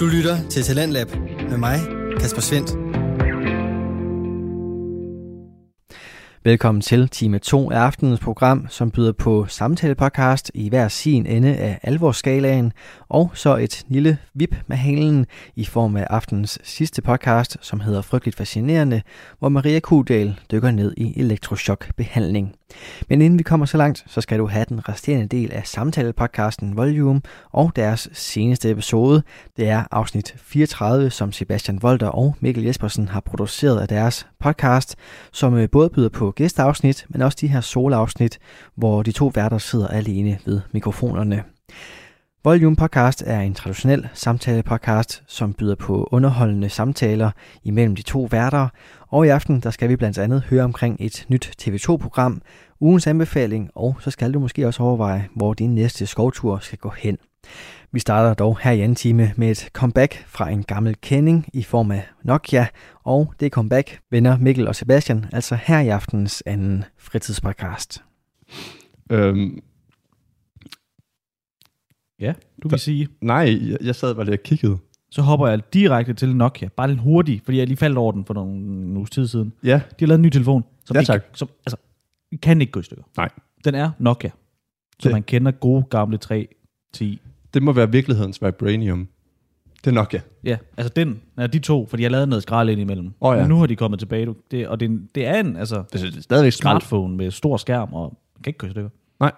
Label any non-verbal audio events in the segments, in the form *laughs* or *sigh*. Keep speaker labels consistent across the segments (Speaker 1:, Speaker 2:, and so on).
Speaker 1: Du lytter til Talentlab med mig, Kasper Svendt.
Speaker 2: Velkommen til time 2 af aftenens program, som byder på samtalepodcast i hver sin ende af alvorsskalaen, og så et lille vip med halen i form af aftenens sidste podcast, som hedder Frygteligt Fascinerende, hvor Maria Kudal dykker ned i elektrochokbehandling. Men inden vi kommer så langt, så skal du have den resterende del af samtalepodcasten Volume og deres seneste episode. Det er afsnit 34, som Sebastian Volter og Mikkel Jespersen har produceret af deres podcast, som øh, både byder på gæsteafsnit, men også de her soloafsnit, hvor de to værter sidder alene ved mikrofonerne. Volume Podcast er en traditionel samtalepodcast, som byder på underholdende samtaler imellem de to værter, og i aften der skal vi blandt andet høre omkring et nyt TV2-program, ugens anbefaling, og så skal du måske også overveje, hvor din næste skovtur skal gå hen. Vi starter dog her i anden time med et comeback fra en gammel kending i form af Nokia, og det comeback vender Mikkel og Sebastian altså her i aftenens anden fritidspodcast.
Speaker 3: Øhm,
Speaker 4: Ja, du vil sige.
Speaker 3: nej, jeg, jeg sad bare lige og kiggede.
Speaker 4: Så hopper jeg direkte til Nokia. Bare lidt hurtigt, fordi jeg lige faldt over den for nogle, en uges tid siden.
Speaker 3: Ja,
Speaker 4: De har lavet en ny telefon, som,
Speaker 3: Ja,
Speaker 4: ikke,
Speaker 3: tak.
Speaker 4: som altså, kan ikke gå i stykker.
Speaker 3: Nej.
Speaker 4: Den er Nokia. Så
Speaker 3: Det-
Speaker 4: man kender gode gamle 310.
Speaker 3: det må være virkelighedens vibranium. Det er Nokia.
Speaker 4: Ja, altså den er de to, fordi jeg lavede noget skrald ind imellem.
Speaker 3: Åh, ja.
Speaker 4: Men nu har de kommet tilbage. Du. Det, og det, er en- det er en altså,
Speaker 3: Det er stadigvæk
Speaker 4: smartphone med stor skærm, og den kan ikke gå i stykker.
Speaker 3: Nej.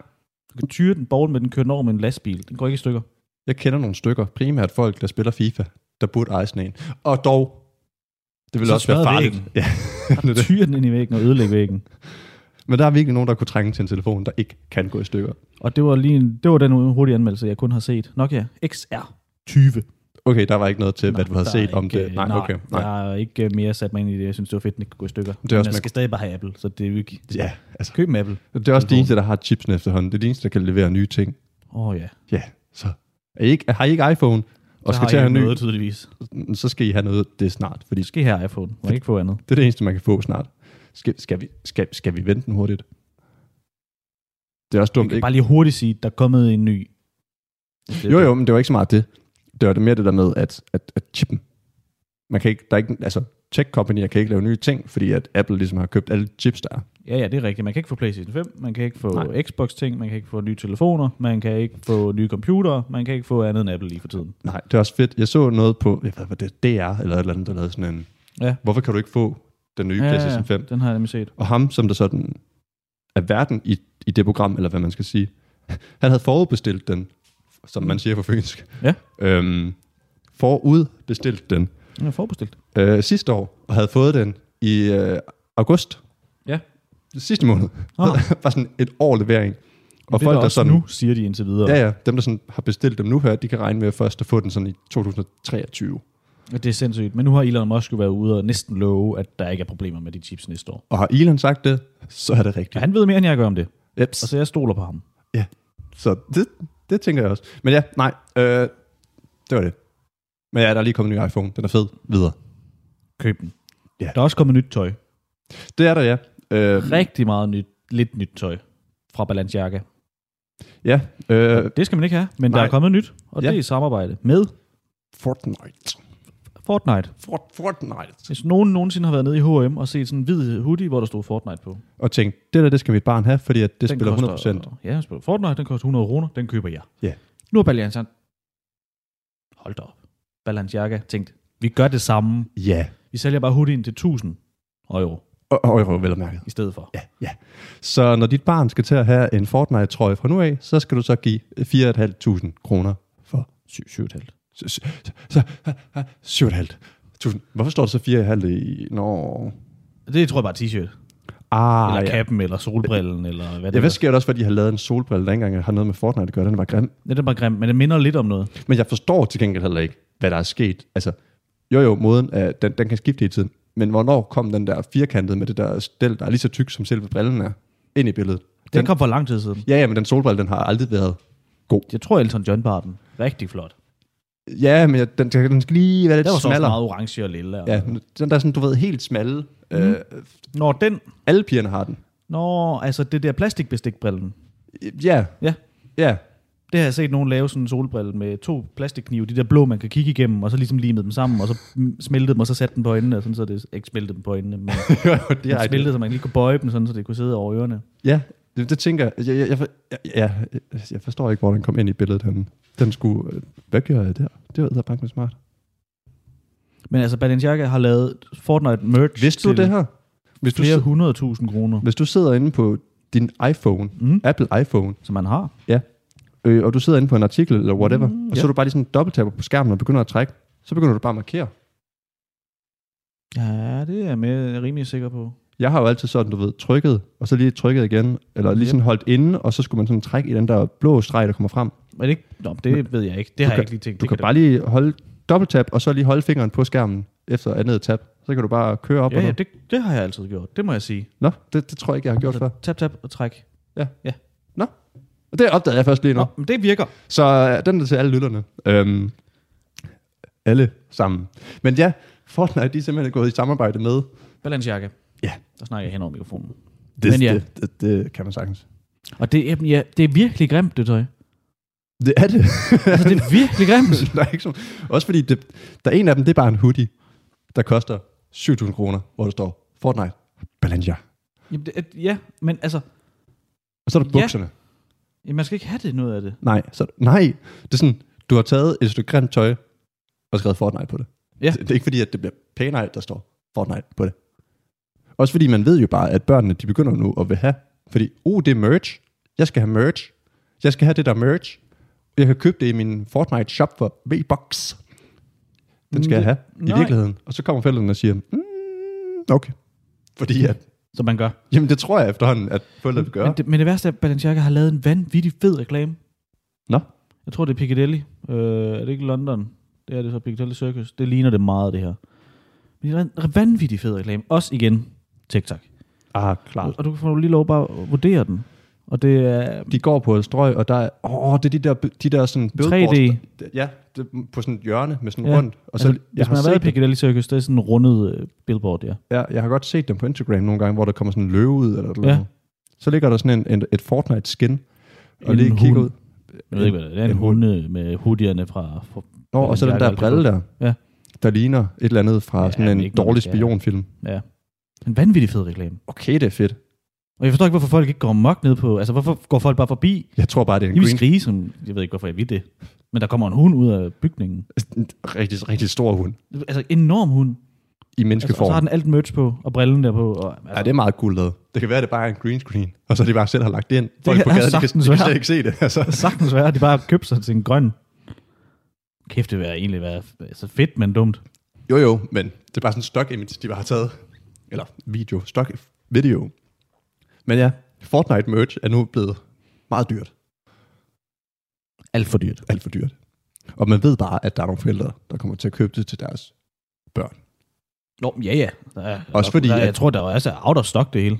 Speaker 4: Du kan tyre den borgen med den kører den over med en lastbil. Den går ikke i stykker.
Speaker 3: Jeg kender nogle stykker, primært folk, der spiller FIFA, der burde eje sådan en. Og dog, det ville
Speaker 4: Så
Speaker 3: også være
Speaker 4: smadrer
Speaker 3: farligt.
Speaker 4: væggen.
Speaker 3: Ja, *laughs* det er det.
Speaker 4: Tyre den ind i væggen og ødelægge væggen.
Speaker 3: Men der er virkelig nogen, der kunne trænge til en telefon, der ikke kan gå i stykker.
Speaker 4: Og det var lige en, det var den hurtige anmeldelse, jeg kun har set. Nokia XR 20.
Speaker 3: Okay, der var ikke noget til,
Speaker 4: Nå,
Speaker 3: hvad du havde
Speaker 4: der
Speaker 3: set
Speaker 4: er
Speaker 3: om
Speaker 4: ikke,
Speaker 3: det. Nej,
Speaker 4: nej
Speaker 3: okay. Nej.
Speaker 4: Jeg har ikke øh, mere sat mig ind i det. Jeg synes, det var fedt, den ikke kunne gå i stykker.
Speaker 3: Det er også
Speaker 4: Men
Speaker 3: med-
Speaker 4: jeg skal stadig bare have Apple, så det er jo ikke...
Speaker 3: Ja, altså.
Speaker 4: Køb en Apple.
Speaker 3: Det er også de eneste, der har chipsen efterhånden. Det er de eneste, der kan levere nye ting.
Speaker 4: Åh oh, ja.
Speaker 3: Ja, så er I ikke, har I ikke iPhone, og
Speaker 4: Så
Speaker 3: skal
Speaker 4: har
Speaker 3: til at
Speaker 4: jeg
Speaker 3: have
Speaker 4: noget,
Speaker 3: ny,
Speaker 4: tydeligvis.
Speaker 3: så skal I have noget, det er snart. Fordi
Speaker 4: Det skal her iPhone. Man kan ikke få andet.
Speaker 3: Det er det eneste, man kan få snart. Skal, skal, vi, skal, skal vi vente den hurtigt? Det er også
Speaker 4: Jeg
Speaker 3: dumt,
Speaker 4: kan
Speaker 3: ikke?
Speaker 4: bare lige hurtigt sige, der er kommet en ny. Det er
Speaker 3: Jo,
Speaker 4: det.
Speaker 3: jo, men det var ikke så meget det. Det var det mere det der med, at, at, at chippen. Man kan ikke, der er ikke, altså, tech companier kan ikke lave nye ting, fordi at Apple ligesom har købt alle chips, der er.
Speaker 4: Ja, ja, det er rigtigt. Man kan ikke få PlayStation 5, man kan ikke få
Speaker 3: Nej.
Speaker 4: Xbox-ting, man kan ikke få nye telefoner, man kan ikke få nye computere, man kan ikke få andet end Apple lige for tiden.
Speaker 3: Nej, det er også fedt. Jeg så noget på, jeg ved, hvad det er, DR, eller et eller andet, der lavede sådan en,
Speaker 4: Ja.
Speaker 3: hvorfor kan du ikke få den nye ja, PlayStation 5?
Speaker 4: Den har jeg nemlig set.
Speaker 3: Og ham, som der sådan er verden i, i det program, eller hvad man skal sige, *laughs* han havde forudbestilt den, som man siger på fynsk.
Speaker 4: Ja.
Speaker 3: Øhm, forudbestilt den
Speaker 4: Den er forbestilt.
Speaker 3: øh, sidste år, og havde fået den i øh, august.
Speaker 4: Ja.
Speaker 3: Sidste måned.
Speaker 4: Ah.
Speaker 3: *laughs* var sådan et år levering. Og
Speaker 4: det er
Speaker 3: folk, der
Speaker 4: også
Speaker 3: sådan...
Speaker 4: nu, siger de indtil videre.
Speaker 3: Ja, ja. Dem, der sådan har bestilt dem nu her, de kan regne med først at få den sådan i 2023.
Speaker 4: Ja, Det er sindssygt. Men nu har Elon Musk jo været ude og næsten love, at der ikke er problemer med de chips næste år.
Speaker 3: Og har Elon sagt det, så er det rigtigt.
Speaker 4: Ja, han ved mere, end jeg gør om det.
Speaker 3: Jeps.
Speaker 4: Og så jeg stoler på ham.
Speaker 3: Så det, det tænker jeg også. Men ja, nej, øh, det var det. Men ja, der er lige kommet en ny iPhone. Den er fed. Videre.
Speaker 4: Køb den.
Speaker 3: Ja.
Speaker 4: Der er også kommet nyt tøj.
Speaker 3: Det er der, ja. Øh,
Speaker 4: Rigtig meget nyt, lidt nyt tøj fra Balenciaga.
Speaker 3: ja, øh,
Speaker 4: Det skal man ikke have, men Nej. der
Speaker 3: Nej.
Speaker 4: er kommet nyt, og
Speaker 3: Ja.
Speaker 4: ja. det er i samarbejde med
Speaker 3: Fortnite.
Speaker 4: Fortnite.
Speaker 3: Fort, Fortnite.
Speaker 4: Hvis nogen nogensinde har været nede i H&M og set sådan en hvid hoodie, hvor der stod Fortnite på.
Speaker 3: Og tænkte, det der, det skal mit barn have, fordi at det den spiller 100%.
Speaker 4: koster, Ja, den spiller Fortnite, den koster 100 kroner, den køber jeg.
Speaker 3: Ja.
Speaker 4: Nu har Balenciaga... Hold da op. Balenciaga tænkt, vi gør det samme.
Speaker 3: Ja,
Speaker 4: Vi sælger bare hoodien til 1000 euro
Speaker 3: og, og euro vel at mærke.
Speaker 4: i stedet for.
Speaker 3: Ja, ja. Så når dit barn skal til at have en Fortnite-trøje fra nu af, så skal du så give 4.500 kroner for
Speaker 4: 7,5.
Speaker 3: Så- så- så- så- 7.500. Hvorfor står der så 4,5 i... Nå...
Speaker 4: Det tror jeg bare er t-shirt.
Speaker 3: Ah,
Speaker 4: Eller
Speaker 3: ja.
Speaker 4: kappen, eller solbrillen, eller hvad
Speaker 3: Ja,
Speaker 4: det
Speaker 3: hvad
Speaker 4: er.
Speaker 3: sker der også, fordi de har lavet en solbrille, der ikke engang har noget med Fortnite at gøre. Den var grim.
Speaker 4: Det er bare grimt, men det minder lidt om noget.
Speaker 3: Men jeg forstår til gengæld heller ikke, hvad der er sket. Altså, jo jo, måden, øh, den, den kan skifte i tiden. Men hvornår kom den der firkantede med det der stel, der er lige så tyk, som selve brillen er, ind i billedet?
Speaker 4: Den,
Speaker 3: Den,
Speaker 4: den kom for lang tid siden.
Speaker 3: ja, ja, men den solbrille, den har aldrig været god.
Speaker 4: Jeg tror, Elton John bar den. Rigtig flot.
Speaker 3: Ja, men jeg, den, den skal lige være
Speaker 4: Der var
Speaker 3: lidt
Speaker 4: så også
Speaker 3: smallere.
Speaker 4: meget orange og lilla.
Speaker 3: Ja, den der sådan, du ved, helt smalle. Mm.
Speaker 4: Mhm.
Speaker 3: Øh,
Speaker 4: Når den...
Speaker 3: alle pigerne har den.
Speaker 4: Når, altså det der plastikbestikbrillen.
Speaker 3: Ja, *laughs*
Speaker 4: Ja,
Speaker 3: ja.
Speaker 4: Det har jeg set nogen lave sådan en solbrille med to plastikknive, de der blå, man kan kigge igennem, og så ligesom limede dem sammen, og så mm, smeltede dem, og så satte dem på øjnene, og sådan så det ikke smeltede dem på øjnene, men
Speaker 3: *laughs* det
Speaker 4: man smeltede, så man lige kunne bøje dem, sådan så det kunne sidde over ørerne.
Speaker 3: Ja, det, det tænker jeg. Jeg, jeg, jeg, for- jeg, jeg. jeg forstår ikke, hvor den kom ind i billedet henne. Den skulle... øh, Hvad gør jeg der? Det var Edderbank med smart.
Speaker 4: Men altså, Balenciaga har lavet Fortnite merch
Speaker 3: Vidste du
Speaker 4: til
Speaker 3: det her? Hvis du,
Speaker 4: flere
Speaker 3: sid-
Speaker 4: hundredtusind kroner,
Speaker 3: hvis du sidder inde på din iPhone,
Speaker 4: mm,
Speaker 3: Apple iPhone,
Speaker 4: som man har.
Speaker 3: øh, og du sidder inde på en artikel eller whatever,
Speaker 4: Mm,
Speaker 3: mm, og så
Speaker 4: ja.
Speaker 3: er du bare lige sådan dobbelttapper på skærmen og begynder at trække, så begynder du bare at markere.
Speaker 4: Ja, det er jeg med, rimelig sikker på.
Speaker 3: Jeg har jo altid sådan, du ved, trykket, og så lige trykket igen, eller lige
Speaker 4: Yep.
Speaker 3: sådan holdt inde, og så skulle man sådan trække i den der blå streg, der kommer frem.
Speaker 4: Men det, ikke- nå, det ved jeg ikke. Det har jeg
Speaker 3: kan-
Speaker 4: ikke lige tænkt.
Speaker 3: Du
Speaker 4: det
Speaker 3: kan bare lige holde dobbelttap, og så lige holde fingeren på skærmen efter andet tab. Så kan du bare køre op
Speaker 4: Ja,
Speaker 3: og
Speaker 4: ja
Speaker 3: ned.
Speaker 4: det, det har jeg altid gjort. Det må jeg sige.
Speaker 3: Nå, det, det tror jeg ikke, jeg har gjort før.
Speaker 4: Tap, tap og træk.
Speaker 3: Og det opdagede jeg først lige nu.
Speaker 4: Nå, men det virker.
Speaker 3: Så øh, den er til alle lytterne. Øhm, alle sammen. Men ja, Fortnite de er simpelthen gået i samarbejde med...
Speaker 4: Balenciaga.
Speaker 3: Ja.
Speaker 4: Der snakker jeg hen over mikrofonen.
Speaker 3: Det,
Speaker 4: Men ja.
Speaker 3: det, det, det kan man sagtens.
Speaker 4: Og det, er- ja, det er virkelig grimt, det tøj.
Speaker 3: Det er det. *laughs*
Speaker 4: Altså, det er virkelig grimt.
Speaker 3: der er ikke sådan, også fordi, det, der er en af dem, det er bare en hoodie, der koster 7.000 kroner, hvor der står Fortnite Balenciaga.
Speaker 4: Jamen, det, er- ja, men altså,
Speaker 3: Og så er der
Speaker 4: Ja.
Speaker 3: bukserne.
Speaker 4: ja, man skal ikke have det noget af det.
Speaker 3: Nej, så, nej. Det er sådan, du har taget et stykke grimt tøj og skrevet Fortnite på det.
Speaker 4: Ja.
Speaker 3: Det, det er ikke fordi, at det bliver pænere, at der står Fortnite på det. Også fordi man ved jo bare, at børnene de begynder nu at vil have. Fordi, uh, det er merch. Jeg skal have merch. Jeg skal have det der merch. Jeg kan købe det i min Fortnite shop for V-Bucks. Den skal jeg have i
Speaker 4: nej.
Speaker 3: virkeligheden. Og så kommer forældrene og siger, mm, okay. Fordi at,
Speaker 4: Som man gør.
Speaker 3: jamen det tror jeg efterhånden, at forældrene vil gøre.
Speaker 4: Men, det, men det værste er, at Balenciaga har lavet en vanvittig fed reklame.
Speaker 3: Nå.
Speaker 4: Jeg tror, det er Piccadilly. Øh, er det ikke London? Det er det så Piccadilly Circus. Det ligner det meget, det her. Men det er en vanvittig fed reklame. Også igen, TikTok.
Speaker 3: Ah, klart.
Speaker 4: Og du får lige lov bare at vurdere den. Og det er...
Speaker 3: de går på et strøg, og der er, åh, det er de der, de der sådan
Speaker 4: 3D.
Speaker 3: billboards- Ja, det, er på sådan et hjørne med sådan
Speaker 4: Ja.
Speaker 3: ja. rundt. Og så,
Speaker 4: Altså,
Speaker 3: altså, jeg,
Speaker 4: hvis man
Speaker 3: har
Speaker 4: har været i
Speaker 3: set, dem-
Speaker 4: Piccadilly Circus, det er sådan en rundet øh, billboard, ja.
Speaker 3: ja, jeg har godt set dem på Instagram nogle gange, hvor der kommer sådan en løve ud eller et eller
Speaker 4: Ja.
Speaker 3: andet. Så ligger der sådan en, en, et Fortnite-skin, og
Speaker 4: En
Speaker 3: lige kigger
Speaker 4: hund.
Speaker 3: ud.
Speaker 4: Jeg ved ikke, hvad det er. Det er en,
Speaker 3: En
Speaker 4: hund øh, med hoodierne fra... fra
Speaker 3: Nå, og så
Speaker 4: Jeg
Speaker 3: den
Speaker 4: har
Speaker 3: der
Speaker 4: godt
Speaker 3: brille der,
Speaker 4: Ja.
Speaker 3: der ligner et eller andet fra
Speaker 4: Ja,
Speaker 3: ja, sådan
Speaker 4: men
Speaker 3: en
Speaker 4: ikke noget,
Speaker 3: dårlig
Speaker 4: ja.
Speaker 3: spionfilm.
Speaker 4: ja. En vanvittig fed reklame.
Speaker 3: Okay, det er fedt.
Speaker 4: Og jeg forstår ikke, hvorfor folk ikke går mok ned på... Altså, hvorfor går folk bare forbi?
Speaker 3: Jeg tror bare, det er en
Speaker 4: Jeg vil
Speaker 3: green,
Speaker 4: skrige, som... Jeg ved ikke, hvorfor jeg vil det. Men der kommer en hund ud af bygningen.
Speaker 3: rigtig, rigtig stor hund
Speaker 4: Altså, enorm hund.
Speaker 3: i
Speaker 4: Altså, og
Speaker 3: menneskeform.
Speaker 4: så har den alt merch på, og brillen der på. Og, altså,
Speaker 3: Ja, det er meget guldet. Det kan være, at det bare er en green screen, og så de bare selv har lagt det ind. Folk
Speaker 4: kan
Speaker 3: på gaden, de kan,
Speaker 4: sagtens
Speaker 3: de kan
Speaker 4: være.
Speaker 3: slet ikke se det. *laughs* Altså.
Speaker 4: sagtens være, at de bare har købt sig til en grøn. Kæft, det vil egentlig være altså fedt, men dumt.
Speaker 3: Jo jo, men det er bare sådan en stock image, de bare har taget. Eller video, stock video. Men ja, Fortnite merch er nu blevet meget dyrt.
Speaker 4: Alt for dyrt.
Speaker 3: Alt for dyrt. Og man ved bare, at der er nogle forældre, der kommer til at købe det til deres børn.
Speaker 4: Nå, ja, ja. Der er,
Speaker 3: Også fordi,
Speaker 4: Der,
Speaker 3: at-
Speaker 4: jeg tror, der er også er out of stock det hele.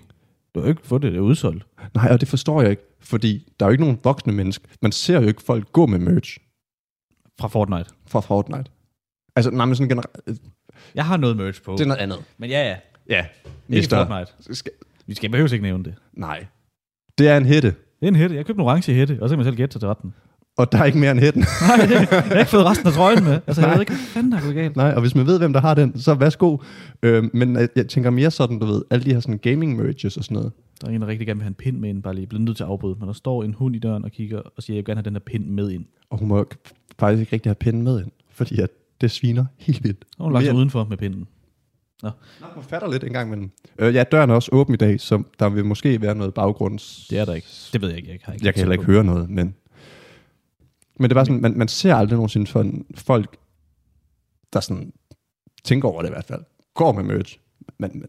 Speaker 4: Du har jo ikke fået det, det er udsolgt.
Speaker 3: Nej, og det forstår jeg ikke, fordi der er jo ikke nogen voksne mennesker. Man ser jo ikke folk gå med merch
Speaker 4: Fra Fortnite.
Speaker 3: fra Fortnite. Altså, nej, men sådan generelt,
Speaker 4: Jeg har noget merch på.
Speaker 3: det er noget andet.
Speaker 4: Men ja, ja.
Speaker 3: Ja,
Speaker 4: Ikke
Speaker 3: mister.
Speaker 4: Fortnite.
Speaker 3: Skal-
Speaker 4: Vi skal behøves ikke nævne det.
Speaker 3: Nej. Det er en hætte,
Speaker 4: Det er en hætte. Jeg købte en orange hætte, og så kan man selv gætte sig til retten.
Speaker 3: og der er ikke mere end hætten.
Speaker 4: Nej, jeg har ikke fået resten af trøjen med. Altså, jeg ved ikke, hvad fanden der er gået galt.
Speaker 3: Nej, og hvis man ved, hvem der har den, så værsgo. Øhm, men jeg, jeg tænker mere sådan, du ved, alle de her sådan gaming merges og sådan noget.
Speaker 4: Der er en, der rigtig gerne vil have en pind med ind, bare lige blevet nødt til at afbryde. Men der står en hund i døren og kigger og siger, jeg vil gerne have den her pind med ind.
Speaker 3: Og hun må jo k- faktisk ikke rigtig have pinden med ind, fordi at det sviner helt vildt.
Speaker 4: Og hun lagt sig
Speaker 3: Mere-
Speaker 4: udenfor med pinden.
Speaker 3: Nå, hun fatter lidt engang, men... Øh, ja, døren er også åben i dag, så der vil måske være noget baggrunds...
Speaker 4: Det er der ikke. Det ved jeg ikke. Jeg, har ikke
Speaker 3: Jeg kan heller ikke høre noget, men... Men det var sådan, man, man ser aldrig nogensinde sådan folk, der sådan tænker over det i hvert fald, går med merch. Men, men,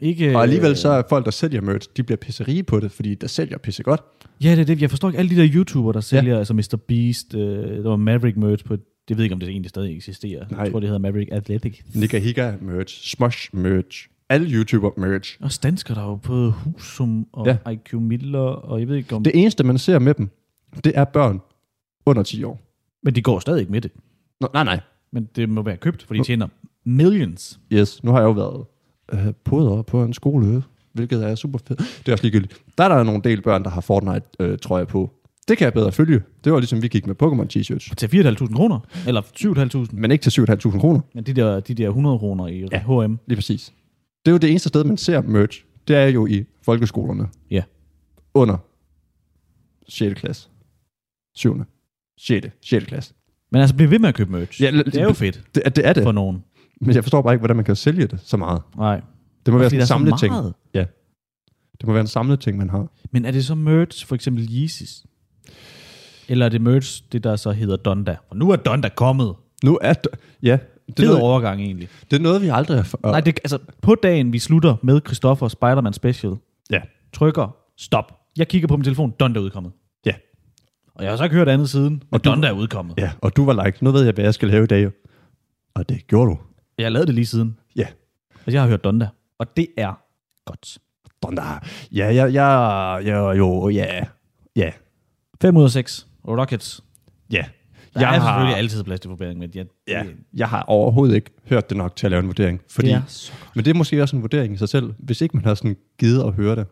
Speaker 4: Ikke,
Speaker 3: og alligevel så er folk, der sælger merch, de bliver pisserige på det, fordi der sælger pisse godt.
Speaker 4: Ja, det er det. Jeg forstår ikke alle de der YouTubere, der sælger, ja. altså Mr. Beast, øh, der var Maverick merch på, det ved jeg ikke, om det egentlig stadig eksisterer.
Speaker 3: Nej.
Speaker 4: Jeg tror, det hedder Maverick Athletic.
Speaker 3: Nika Higa merch, Smosh merch, alle YouTuber merch.
Speaker 4: Og dansker der er jo både Husum og ja.
Speaker 3: Ja.
Speaker 4: IQ Miller, og jeg ved ikke om... Det.
Speaker 3: Det eneste, man ser med dem, det er børn under 10 år.
Speaker 4: Men de går stadig ikke med det.
Speaker 3: Nå, nej, nej.
Speaker 4: Men det må være købt, for de tjener millions.
Speaker 3: Yes, nu har jeg jo været øh, podder på en skole, hvilket er super fedt. Det er også ligegyldigt. Der er der nogle del børn, der har Fortnite-trøjer øh, på. Det kan jeg bedre følge. Det var ligesom, vi gik med Pokémon t-shirts.
Speaker 4: Til 4.500 kroner, eller 7.500,
Speaker 3: Men ikke til 7.500 kroner.
Speaker 4: men de der, de der 100 kroner i
Speaker 3: Ja.
Speaker 4: H&M.
Speaker 3: Lige præcis. Det er jo det eneste sted, man ser merch. Det er jo i folkeskolerne.
Speaker 4: Ja.
Speaker 3: Under 6. klasse. 7. 6. 6. klasse.
Speaker 4: Men altså, bliv ved med at købe merch.
Speaker 3: Ja, l-
Speaker 4: det er jo fedt
Speaker 3: Det, det er det,
Speaker 4: for nogen.
Speaker 3: men jeg forstår bare ikke, hvordan man kan sælge det så meget.
Speaker 4: Nej.
Speaker 3: Det må være
Speaker 4: Fordi
Speaker 3: sådan
Speaker 4: der
Speaker 3: en
Speaker 4: er så
Speaker 3: samlet ting.
Speaker 4: meget.
Speaker 3: Det må være en samlet ting, man har.
Speaker 4: Men er det så merch, for eksempel Yeezys? Eller er det merch, det der så hedder Donda? Og nu er Donda kommet.
Speaker 3: Nu er det... Ja, det er,
Speaker 4: Fed
Speaker 3: noget,
Speaker 4: overgang egentlig.
Speaker 3: det er noget, vi aldrig har... For,
Speaker 4: Nej, det, altså på dagen, vi slutter med Christoffer Spider-Man Special,
Speaker 3: Ja.
Speaker 4: trykker stop. Jeg kigger på min telefon, Donda er udkommet.
Speaker 3: Ja.
Speaker 4: Og jeg har så ikke hørt andet siden, og
Speaker 3: du-
Speaker 4: Donda er udkommet.
Speaker 3: Ja, og du var like, nu ved jeg, hvad jeg skal lave i dag. jo." Og det gjorde du.
Speaker 4: Jeg har lavet det lige siden.
Speaker 3: Ja.
Speaker 4: Og jeg har hørt Donda. Og det er godt.
Speaker 3: Donda. Ja, ja, ja, ja, jo, ja. Ja,
Speaker 4: 5 ud af 6. Rockets.
Speaker 3: ja.
Speaker 4: Der jeg er har... selvfølgelig altid plads til forbedring, men jeg,
Speaker 3: Ja,
Speaker 4: det,
Speaker 3: jeg har overhovedet ikke hørt det nok til at lave en vurdering. Fordi,
Speaker 4: det
Speaker 3: ja.
Speaker 4: er så godt.
Speaker 3: Men det er måske også en vurdering i sig selv, hvis ikke man har sådan givet at høre det.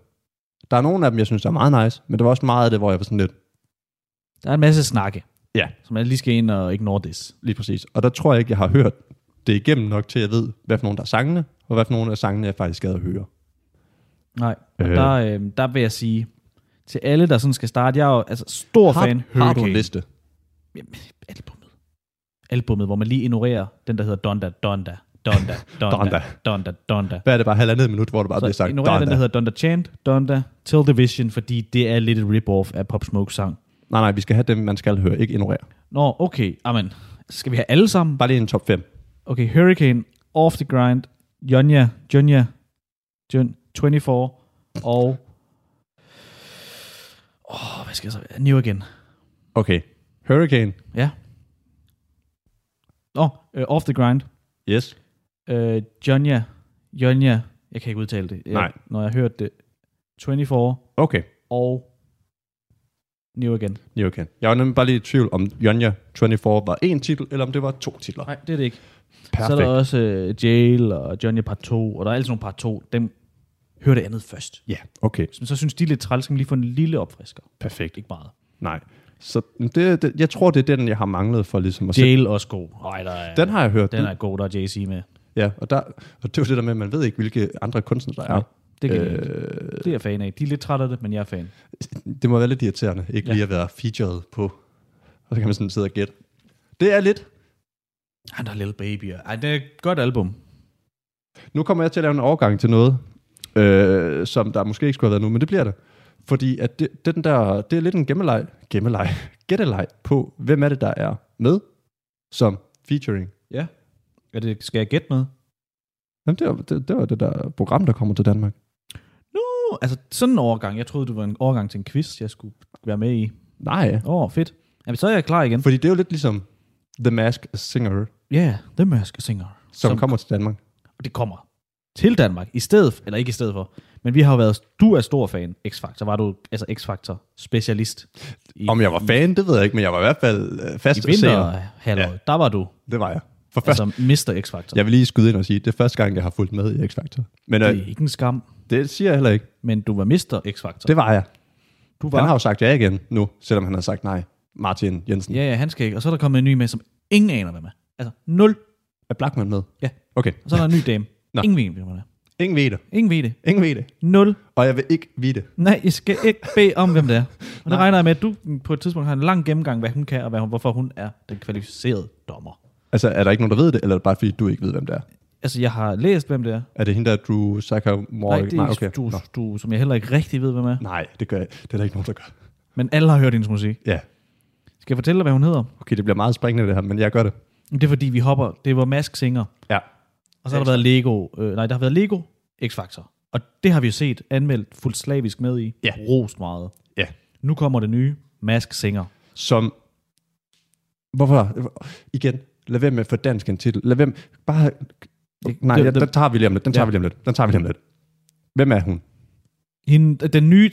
Speaker 3: Der er nogle af dem, jeg synes, der er meget nice, men der var også meget af det, hvor jeg var sådan lidt,
Speaker 4: Der er en masse snakke,
Speaker 3: ja,
Speaker 4: som man lige skal ind og ignore this.
Speaker 3: lige præcis. Og der tror jeg ikke, jeg har hørt det igennem nok til, at jeg ved, hvad for nogle der er sangene, og hvad for nogle af sangene, jeg faktisk gad at høre.
Speaker 4: Nej, og
Speaker 3: Øh.
Speaker 4: øh. der, øh, der vil jeg sige, til alle, der sådan skal starte, jeg er jo altså, stor fan
Speaker 3: har, har du en liste?
Speaker 4: Jamen, albumet. Albumet, hvor man lige ignorerer den, der hedder Donda, Donda,
Speaker 3: *laughs*
Speaker 4: Donda, Donda, Donda, Donda.
Speaker 3: Hvad er det bare halvandet minut, hvor du bare bliver
Speaker 4: Så
Speaker 3: sagt,
Speaker 4: ignorerer den,
Speaker 3: Donda.
Speaker 4: der hedder Donda Chant, Donda, Till Division, fordi det er lidt et rip-off af Pop Smoke sang.
Speaker 3: Nej, nej, vi skal have dem, man skal høre, ikke ignorere.
Speaker 4: Nå, okay, amen. Skal vi have alle sammen?
Speaker 3: Bare lige en top 5.
Speaker 4: Okay, Hurricane, Off the Grind, Jonja, Jonja, Jon, 24 og... Åh, oh, hvad skal jeg så... New Again.
Speaker 3: Okay. Hurricane.
Speaker 4: Ja. Nå, øh, Off the Grind.
Speaker 3: Yes.
Speaker 4: Øh, Jonja, Jonja, jeg kan ikke udtale det. Jeg,
Speaker 3: Nej.
Speaker 4: Når jeg hørte det. 24
Speaker 3: Okay.
Speaker 4: og New Again.
Speaker 3: New Again. Jeg var nemlig bare lige i tvivl, om Jonja 24 var én titel, eller om det var to titler.
Speaker 4: Nej, det er det ikke. Så er
Speaker 3: Perfekt.
Speaker 4: der også øh, Jail og Jonja part 2, og der er altid nogle part 2. Dem hører det andet først.
Speaker 3: Ja, okay.
Speaker 4: Så, så synes de er lidt træls, kan man lige få en lille opfrisker.
Speaker 3: Perfekt.
Speaker 4: Ikke meget.
Speaker 3: Nej. Så det, det, jeg tror, det er den, jeg har manglet for ligesom at
Speaker 4: Jail også god. Nej, der er,
Speaker 3: Den har jeg hørt.
Speaker 4: den er god, der er JC med.
Speaker 3: Ja, og, der, og det er jo det der med, at man ved ikke, hvilke andre kunstnere der er.
Speaker 4: Det, kan øh, jeg,
Speaker 3: Øh,
Speaker 4: det er jeg fan af. De er lidt trætte af det, men jeg er fan.
Speaker 3: det må være lidt irriterende, ikke ja.
Speaker 4: Ja.
Speaker 3: lige at være featured på. Og så kan man sådan sidde og gætte. Det er lidt.
Speaker 4: Han der Little Baby. og- Ej, det er et godt album.
Speaker 3: Nu kommer jeg til at lave en overgang til noget, øh, som der måske ikke skulle have været nu, men det bliver det. Fordi at det, den der, det er lidt en gemmeleg, gemmeleg, *laughs* gætteleg på, hvem er det, der er med som featuring.
Speaker 4: Ja. Er det, skal jeg gætte med?
Speaker 3: Jamen, det, var, det, det var det der program, der kommer til Danmark.
Speaker 4: Uh, altså sådan en overgang. Jeg troede, du var en overgang til en quiz, jeg skulle være med i.
Speaker 3: Nej.
Speaker 4: Åh, oh, fedt. Jamen, så er jeg klar igen.
Speaker 3: Fordi det er jo lidt ligesom The Mask Singer,
Speaker 4: Ja, yeah, The Mask Singer.
Speaker 3: som, som kommer til Danmark.
Speaker 4: Og det kommer til Danmark. I stedet, f- eller ikke i stedet for. Men vi har jo været, du er stor fan X-Factor. Var du altså X-Factor specialist? I,
Speaker 3: Om jeg var fan, det ved jeg ikke, men jeg var i hvert fald øh,
Speaker 4: i
Speaker 3: fast seer.
Speaker 4: vinterhalvåret, Altså, ja. der var du
Speaker 3: Det var jeg. For først,
Speaker 4: *laughs* altså Mr. X-Factor.
Speaker 3: jeg vil lige skyde ind og sige, det er første gang, jeg har fulgt med i X-Factor. Men
Speaker 4: Det er
Speaker 3: øh,
Speaker 4: ikke en skam,
Speaker 3: det siger jeg heller ikke.
Speaker 4: men du var Mr. X-Factor.
Speaker 3: Det var jeg.
Speaker 4: du
Speaker 3: Han har jo sagt ja igen nu, selvom han har sagt nej. Martin Jensen.
Speaker 4: Ja, ja, han skal ikke. Og så er der kommet en ny med, som ingen aner, hvem er. Altså, nul.
Speaker 3: Er Blackman med?
Speaker 4: Ja.
Speaker 3: Okay.
Speaker 4: Og så er der en ny dame.
Speaker 3: Nå.
Speaker 4: ingen ved, hvem hun er.
Speaker 3: Ingen ved det.
Speaker 4: Ingen ved det.
Speaker 3: Ingen ved det.
Speaker 4: Nul.
Speaker 3: Og jeg vil ikke vide det.
Speaker 4: Nej, jeg skal ikke bede om, hvem det er. Og det
Speaker 3: Nej.
Speaker 4: regner jeg med, at du på et tidspunkt har en lang gennemgang, hvad hun kan, og hvad hun, hvorfor hun er den kvalificerede dommer.
Speaker 3: Altså, er der ikke nogen, der ved det, eller er det bare fordi, du ikke ved, hvem det er?
Speaker 4: Altså, jeg har læst, hvem det er.
Speaker 3: Er det hende, der er Drew Sakamore?
Speaker 4: Nej, det er nej, okay. du,
Speaker 3: Nå.
Speaker 4: du, som jeg heller ikke rigtig ved, hvem er.
Speaker 3: Nej, det gør jeg. Det er der ikke nogen, der gør.
Speaker 4: Men alle har hørt hendes musik.
Speaker 3: Ja.
Speaker 4: Skal jeg fortælle dig, hvad hun hedder?
Speaker 3: Okay, det bliver meget springende det her, men jeg gør det.
Speaker 4: Det er fordi, vi hopper. Det var Mask Singer.
Speaker 3: Ja.
Speaker 4: Og så har der været Lego. Øh, nej, der har været Lego X-Factor. Og det har vi jo set anmeldt fuldt slavisk med i.
Speaker 3: Ja.
Speaker 4: Rost meget.
Speaker 3: Ja.
Speaker 4: Nu kommer det nye Mask Singer.
Speaker 3: Som... Hvorfor? Igen, lad være med for dansk en titel. Lad være med... Bare...
Speaker 4: Det-
Speaker 3: Nej,
Speaker 4: det-
Speaker 3: ja, den
Speaker 4: det-
Speaker 3: tager vi lige om lidt. Den tager
Speaker 4: Ja.
Speaker 3: vi lige om lidt. Den tager vi lige om lidt. Hvem er hun?
Speaker 4: Hende, den nye...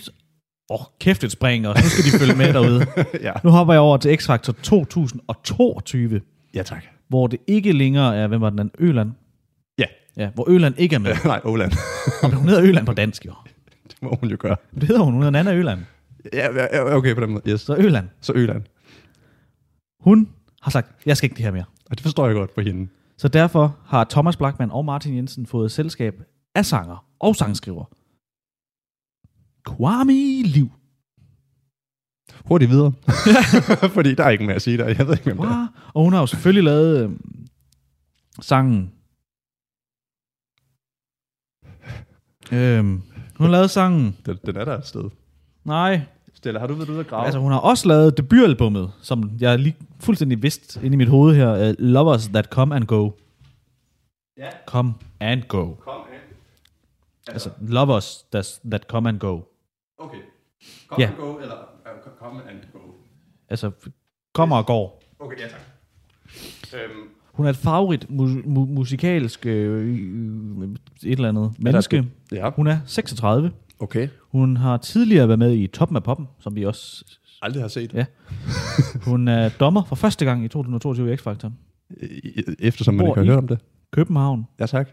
Speaker 4: Åh, oh, kæft et spring, og nu skal de følge med derude.
Speaker 3: *laughs* ja.
Speaker 4: Nu hopper jeg over til X-Factor 2022,
Speaker 3: ja, tak.
Speaker 4: hvor det ikke længere er, hvem var den anden? Øland?
Speaker 3: Ja.
Speaker 4: Ja, hvor Øland ikke er med.
Speaker 3: *laughs* Nej, Åland.
Speaker 4: Men hun hedder Øland på dansk, jo.
Speaker 3: *laughs* det må hun jo gøre.
Speaker 4: Det hedder hun, hun hedder Nana Øland.
Speaker 3: Ja, ja, okay, på den måde. Yes.
Speaker 4: Så Øland,
Speaker 3: Så Øland.
Speaker 4: hun har sagt, jeg skal ikke det her mere.
Speaker 3: Og det forstår jeg godt på hende.
Speaker 4: Så derfor har Thomas Blackman og Martin Jensen fået selskab af sanger og sangskriver. Kwame Liv.
Speaker 3: Hurtigt videre. *laughs* Fordi der er ikke mere at sige der. Jeg ved ikke, hvem det er.
Speaker 4: Wow. Og hun har jo selvfølgelig lavet øh, sangen. Øhm, hun har lavet sangen.
Speaker 3: Den, den er der et sted.
Speaker 4: Nej.
Speaker 3: Stella, har du været ude at grave?
Speaker 4: Altså, hun har også lavet debutalbummet, som jeg lige fuldstændig vidste inde i mit hoved her. Uh, Lovers That Come and Go.
Speaker 3: Ja.
Speaker 4: Come and Go.
Speaker 3: Kom af.
Speaker 4: Altså, Lovers That, that Come and Go.
Speaker 3: Okay.
Speaker 4: Ja. and
Speaker 3: go, eller kom and go.
Speaker 4: Altså, kommer og går.
Speaker 3: Okay, ja tak. Øhm,
Speaker 4: Hun er et favorit mu- mu- musikalsk øh, øh, et eller andet menneske.
Speaker 3: ja,
Speaker 4: Hun er 36.
Speaker 3: okay.
Speaker 4: Hun har tidligere været med i Toppen af Poppen, som vi også...
Speaker 3: Aldrig har set.
Speaker 4: Ja. Hun er dommer for første gang i 2022 i X-Factor.
Speaker 3: E, Eftersom man
Speaker 4: Bor
Speaker 3: ikke har
Speaker 4: i-
Speaker 3: hørt om det.
Speaker 4: København.
Speaker 3: Ja, tak.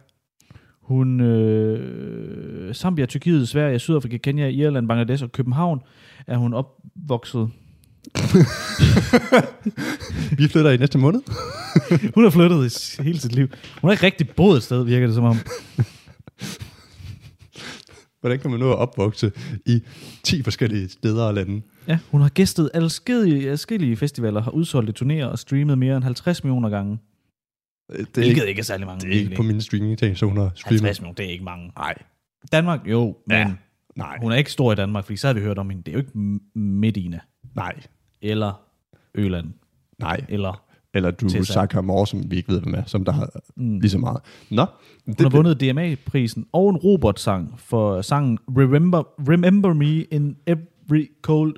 Speaker 4: Hun øh, Zambia, Tyrkiet, Sverige, Sydafrika, Kenya, Irland, Bangladesh og København er hun opvokset.
Speaker 3: Vi flytter i næste måned.
Speaker 4: Hun har flyttet i s- hele sit liv. Hun har ikke rigtig boet et sted, virker det som om.
Speaker 3: *laughs* Hvordan kan man nå at opvokse i 10 forskellige steder og lande?
Speaker 4: Ja, hun har gæstet adskillige, adskillige festivaler, har udsolgt et turnéer og streamet mere end 50 millioner gange.
Speaker 3: Det er,
Speaker 4: Det er
Speaker 3: ikke,
Speaker 4: ikke, ikke er særlig mange.
Speaker 3: det er ikke på mine streaming-ting, så hun har streamet.
Speaker 4: 50 millioner, det er ikke mange.
Speaker 3: Nej,
Speaker 4: Danmark, jo, men
Speaker 3: Ja.
Speaker 4: ja.
Speaker 3: nej,
Speaker 4: hun er ikke stor i Danmark, fordi så havde vi hørt om hende. Det er jo ikke M- Medina,
Speaker 3: nej,
Speaker 4: eller Øland,
Speaker 3: nej.
Speaker 4: eller...
Speaker 3: Eller du
Speaker 4: Tessa.
Speaker 3: Saka Moore, som vi ikke ved, hvem er, som der har mm. lige så meget. Nå, det,
Speaker 4: Hun har
Speaker 3: blev-
Speaker 4: vundet DMA-prisen og en Robert-sang for sangen Remember, Remember Me in Every Cold...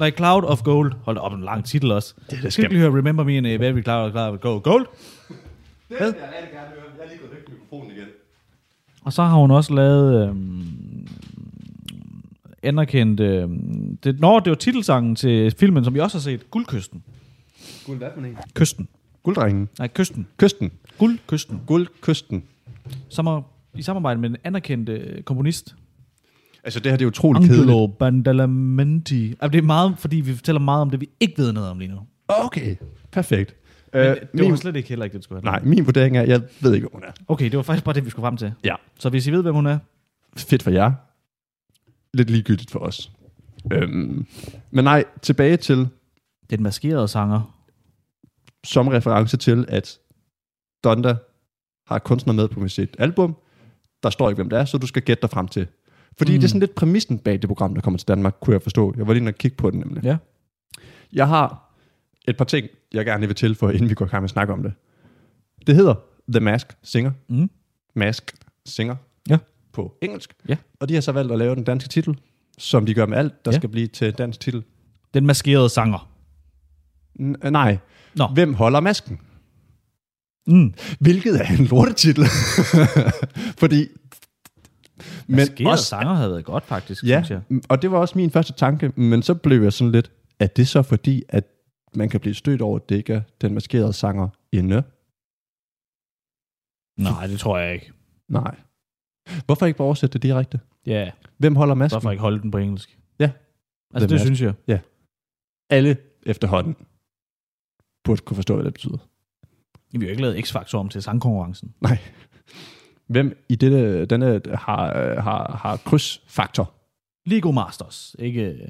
Speaker 4: Like Cloud of Gold. Hold da op, en lang titel også. Det, det skal vi høre Remember Me in Every Cloud of Cloud of Gold. Gold.
Speaker 3: Jeg er lige gået væk fra mikrofonen igen.
Speaker 4: Og så har hun også lavet... Øhm, anerkendt... Øhm, det, nå, det var titelsangen til filmen, som vi også har set. Guldkysten.
Speaker 3: Guld, hvad for en?
Speaker 4: Kysten.
Speaker 3: Gulddrengen.
Speaker 4: Nej, Kysten.
Speaker 3: Kysten.
Speaker 4: Guldkysten.
Speaker 3: Guldkysten.
Speaker 4: Som er, i samarbejde med den anerkendte øh, komponist,
Speaker 3: Altså, det her det er utroligt kedeligt.
Speaker 4: Angelo Bandalamenti. Altså, det er meget, fordi vi fortæller meget om det, vi ikke ved noget om lige nu.
Speaker 3: Okay, perfekt. Øh,
Speaker 4: Men det
Speaker 3: min,
Speaker 4: var slet ikke heller ikke, det skulle have.
Speaker 3: nej, min vurdering er, jeg ved ikke, hvor hun er.
Speaker 4: Okay, det var faktisk bare det, vi skulle frem til.
Speaker 3: Ja.
Speaker 4: Så hvis I ved, hvem hun er,
Speaker 3: Fedt for jer. Lidt ligegyldigt for os. Øhm, men nej, tilbage til,
Speaker 4: den maskerede sanger.
Speaker 3: som reference til, at Donda har kunstner med på sit album. Der står ikke, hvem det er, så du skal gætte dig frem til. Fordi mm. det er sådan lidt præmissen bag det program, der kommer til Danmark, kunne jeg forstå. Jeg var lige nødt til at kigge på den nemlig.
Speaker 4: Ja.
Speaker 3: Jeg har et par ting, jeg gerne lige vil tilføje, inden vi går i gang med at snakke om det. Det hedder The Mask Singer.
Speaker 4: Mm.
Speaker 3: Mask Singer.
Speaker 4: Ja.
Speaker 3: På engelsk.
Speaker 4: Ja.
Speaker 3: Og de har så valgt at lave den danske titel, som de gør med alt, der ja.
Speaker 4: Ja.
Speaker 3: skal blive til en dansk titel.
Speaker 4: Den maskerede sanger.
Speaker 3: N- øh, nej.
Speaker 4: Nå.
Speaker 3: Hvem holder masken?
Speaker 4: Mm.
Speaker 3: Hvilket er en lortetitel. *laughs* Fordi...
Speaker 4: Maskerede også, sanger havde været godt, faktisk,
Speaker 3: ja,
Speaker 4: synes jeg.
Speaker 3: og det var også min første tanke, men så blev jeg sådan lidt, er det så fordi, at man kan blive stødt over, at det ikke er den maskerede sanger inde?
Speaker 4: Nej, det tror jeg ikke.
Speaker 3: Nej. Hvorfor ikke bare oversætte det direkte?
Speaker 4: Ja,
Speaker 3: Hvem holder masken?
Speaker 4: hvorfor ikke holde den på engelsk?
Speaker 3: Ja.
Speaker 4: Altså,
Speaker 3: Den
Speaker 4: det
Speaker 3: er-
Speaker 4: synes jeg.
Speaker 3: Alle efterhånden burde kunne forstå, hvad det betyder.
Speaker 4: Vi har jo ikke lavet X-Factor om til sangkonkurrencen.
Speaker 3: Nej. Hvem i dette, denne har, øh, har, har krydsfaktor?
Speaker 4: Lego Masters, ikke... øh,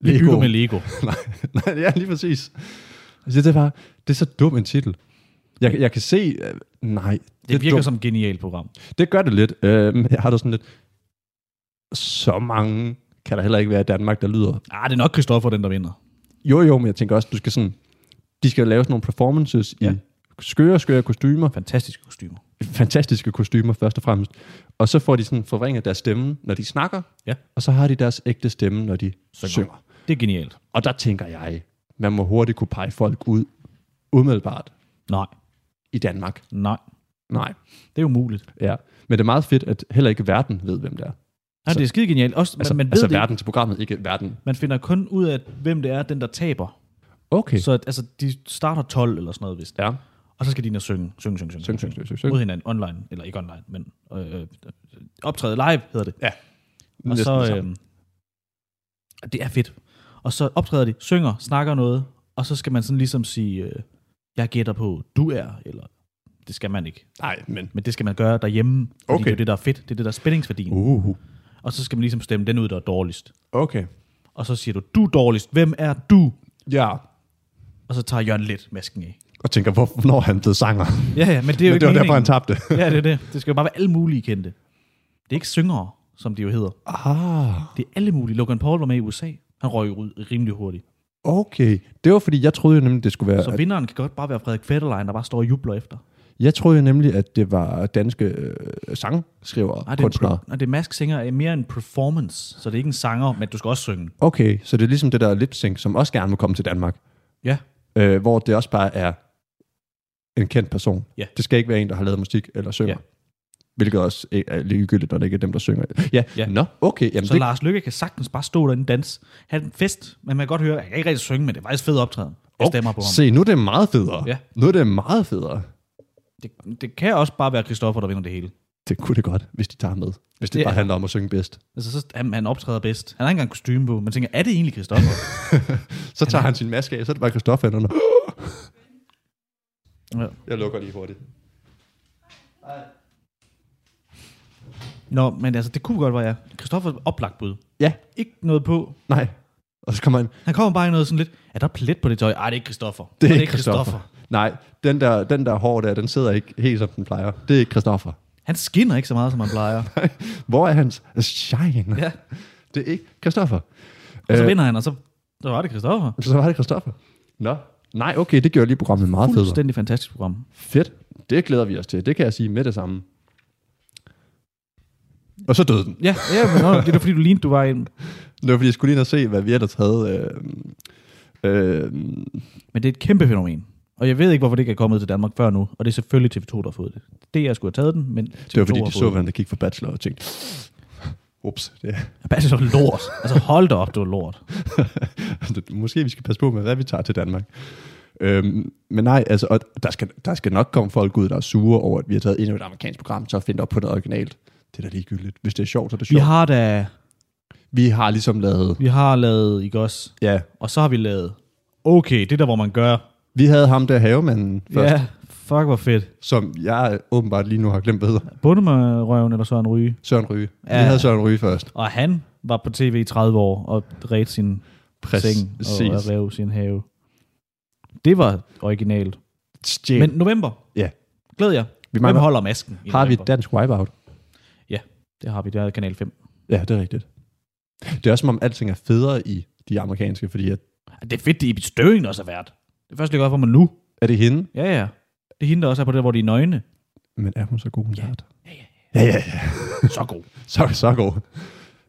Speaker 4: Vi
Speaker 3: Lego.
Speaker 4: bygger med Lego.
Speaker 3: Nej, *laughs* nej, ja, lige præcis. Altså, det, var, det er så dum en titel. Jeg, jeg kan se... Øh, nej, det,
Speaker 4: Det
Speaker 3: er
Speaker 4: virker
Speaker 3: dumt.
Speaker 4: som et genialt program.
Speaker 3: Det gør det lidt. Øh, men jeg har da sådan lidt... Så mange kan der heller ikke være i Danmark, der lyder...
Speaker 4: Ah, det er nok Christoffer, den der vinder.
Speaker 3: Jo, jo, men jeg tænker også, du skal sådan... De skal lave sådan nogle performances ja.
Speaker 4: Ja.
Speaker 3: i skøre, skøre kostymer.
Speaker 4: Fantastiske kostymer.
Speaker 3: Fantastiske kostymer, først og fremmest. Og så får de sådan forvrænget deres stemme, når de snakker.
Speaker 4: Ja.
Speaker 3: Og så har de deres ægte stemme, når de synger.
Speaker 4: Synger.
Speaker 3: synger.
Speaker 4: Det er genialt.
Speaker 3: Og der tænker jeg, man må hurtigt kunne pege folk ud umiddelbart
Speaker 4: Nej,
Speaker 3: i Danmark.
Speaker 4: nej.
Speaker 3: Nej.
Speaker 4: Det er umuligt.
Speaker 3: Ja. Men det er meget fedt, at heller ikke verden ved, hvem det er.
Speaker 4: Nej, det er skide genialt. Også,
Speaker 3: Altså,
Speaker 4: man, man, ved
Speaker 3: altså
Speaker 4: det, ikke.
Speaker 3: verden til programmet, ikke verden.
Speaker 4: man finder kun ud af, hvem det er, den der taber.
Speaker 3: Okay.
Speaker 4: Så at, altså, de starter 12 eller sådan noget, hvis det.
Speaker 3: Ja.
Speaker 4: Og så skal de ind og synge, synge, synge, synge,
Speaker 3: Synge, synge, synge,
Speaker 4: mod
Speaker 3: synge.
Speaker 4: hinanden online, eller ikke online, men øh, øh, optræde live hedder det.
Speaker 3: Ja.
Speaker 4: Og
Speaker 3: Næsten det
Speaker 4: så,
Speaker 3: samme.
Speaker 4: øh, det er fedt. og så optræder de, synger, snakker noget, og så skal man sådan ligesom sige, øh, jeg gætter på, du er, eller det skal man ikke.
Speaker 3: Nej, men...
Speaker 4: Men det skal man gøre derhjemme, fordi
Speaker 3: Okay.
Speaker 4: det er jo det, der er fedt. Det er det, der er spændingsværdien. Uh.
Speaker 3: Uh,
Speaker 4: Og så skal man ligesom stemme den ud, der er dårligst.
Speaker 3: okay.
Speaker 4: Og så siger du, du er dårligst, hvem er du?
Speaker 3: Ja.
Speaker 4: Og så tager Jørgen lidt masken af.
Speaker 3: Og tænker, hvor, hvornår er han blevet sanger? Det,
Speaker 4: Ja, ja, men det er jo
Speaker 3: men det
Speaker 4: ikke
Speaker 3: var derfor, han
Speaker 4: meningen.
Speaker 3: tabte.
Speaker 4: Ja, det er det. Det skal jo bare være alle mulige kendte. Det er ikke syngere, som de jo hedder.
Speaker 3: ah,
Speaker 4: Det er alle mulige. Logan Paul var med i USA. Han røg ud rimelig hurtigt.
Speaker 3: okay. Det var, fordi jeg troede jo nemlig, det skulle være...
Speaker 4: Så vinderen kan godt bare være Frederik Fetterlein, der bare står og jubler efter.
Speaker 3: Jeg troede jo nemlig, at det var danske øh, sangskrivere,
Speaker 4: Nej, det er, en
Speaker 3: kunstnere.
Speaker 4: pro- nej, det er Mask Singer er mere en performance, så det er ikke en sanger, men du skal også synge.
Speaker 3: Okay, så det er ligesom det der lip sync, som også gerne må komme til Danmark.
Speaker 4: Ja.
Speaker 3: Øh, hvor det også bare er en kendt person.
Speaker 4: Ja.
Speaker 3: Det skal ikke være en, der har lavet musik eller synger.
Speaker 4: Ja.
Speaker 3: Hvilket også er- er ligegyldigt, når det ikke er dem, der synger. Ja,
Speaker 4: Ja.
Speaker 3: nå, okay. Jamen
Speaker 4: Så
Speaker 3: det,
Speaker 4: Lars Lykke kan sagtens bare stå derinde og danse, have en fest, men man kan godt høre, at han kan ikke rigtig synge, men det er faktisk fed optræden. Jeg
Speaker 3: Okay,
Speaker 4: stemmer på ham.
Speaker 3: Se, nu er det meget federe.
Speaker 4: Ja.
Speaker 3: Nu er det meget federe.
Speaker 4: Det, det kan også bare være Christoffer, der vinder det hele.
Speaker 3: Det kunne det godt, hvis de tager ham med. Hvis det
Speaker 4: Ja.
Speaker 3: bare handler om at synge bedst.
Speaker 4: Altså, så, han, han optræder bedst. Han har ikke engang kostume på. Man tænker, er det egentlig Christoffer?
Speaker 3: Så tager han sin maske af, så er det bare Christoffer under.
Speaker 4: ja.
Speaker 3: Jeg lukker lige hurtigt.
Speaker 4: Nå, men altså, det kunne godt være, ja. Christoffer er oplagt bud.
Speaker 3: Ja,
Speaker 4: Ikke noget på.
Speaker 3: nej. Og så kommer han,
Speaker 4: Han kommer bare i noget sådan lidt, er der plet på det tøj? Ej, det er ikke Christoffer.
Speaker 3: det er,
Speaker 4: Ej,
Speaker 3: ikke Christoffer. Nej, den der, den der hår der, den sidder ikke helt som den plejer. Det er ikke Christoffer.
Speaker 4: Han skinner ikke så meget, som han plejer.
Speaker 3: Hvor er hans shine?
Speaker 4: ja.
Speaker 3: Det er ikke Christoffer.
Speaker 4: Og så
Speaker 3: Øh.
Speaker 4: vinder han, og så, så var det Christoffer.
Speaker 3: Så var det Christoffer. Nå. Nej, okay, det gjorde lige programmet meget federe.
Speaker 4: Fuldstændig fantastisk program.
Speaker 3: Fedt. Det glæder vi os til. Det kan jeg sige med det samme. Og så døde den.
Speaker 4: Ja, ja men nå, det er da, fordi, du lignede, du var en...
Speaker 3: Det var fordi, jeg skulle lige ind og se, hvad vi ellers havde. Øh, øh,
Speaker 4: Men det er et kæmpe fænomen. Og jeg ved ikke, hvorfor det ikke er kommet til Danmark før nu. Og det er selvfølgelig TV2, der har fået det. Det jeg skulle have taget den, men TV2
Speaker 3: det var fordi,
Speaker 4: har
Speaker 3: de
Speaker 4: fået
Speaker 3: så, hvordan der gik for Bachelor og tænkte, ups, det,
Speaker 4: det. Bare så lort. Altså hold da op, du er lort.
Speaker 3: det, *laughs* måske vi skal passe på med, hvad vi tager til Danmark. Øhm, men nej, altså, og der, skal, der skal nok komme folk ud, der er sure over, at vi har taget endnu et amerikansk program, så find op på noget originalt. Det er da ligegyldigt. Hvis det er sjovt, så er det
Speaker 4: Vi
Speaker 3: sjovt. Vi har,
Speaker 4: har da...
Speaker 3: vi har ligesom lavet...
Speaker 4: Vi har lavet, ikke også?
Speaker 3: Ja,
Speaker 4: Og så har vi lavet... Okay, det der, hvor man gør...
Speaker 3: vi havde ham der havemanden først, ja.
Speaker 4: Ja, fuck hvor fedt.
Speaker 3: som jeg åbenbart lige nu har glemt, hvad hedder.
Speaker 4: Bundemarøven eller Søren Ryge.
Speaker 3: Søren Ryge. Ja.
Speaker 4: Ja.
Speaker 3: Vi havde Søren Ryge først.
Speaker 4: Og han var på tv i 30 år og redde sin
Speaker 3: Præcis.
Speaker 4: seng og rev sin have. Det var originalt.
Speaker 3: Stjæl.
Speaker 4: Men november.
Speaker 3: Ja.
Speaker 4: Glæd jer.
Speaker 3: vi
Speaker 4: Hvem
Speaker 3: mangler,
Speaker 4: holder masken? i
Speaker 3: har vi
Speaker 4: november?
Speaker 3: et dansk wipeout?
Speaker 4: Det har vi, det er Kanal 5.
Speaker 3: Ja, det er rigtigt. Det er også som om, alting er federe i de amerikanske, fordi at,
Speaker 4: Ah, Det er fedt, det er Ibis Støving også er vært. Det er først lige godt for mig nu.
Speaker 3: er det hende?
Speaker 4: Ja, ja. Det er hende, der også er på det, hvor de er nøgne.
Speaker 3: Men er hun så god en
Speaker 4: Ja.
Speaker 3: vært?
Speaker 4: Ja, ja,
Speaker 3: Ja, ja, ja.
Speaker 4: Så god.
Speaker 3: Så, så god.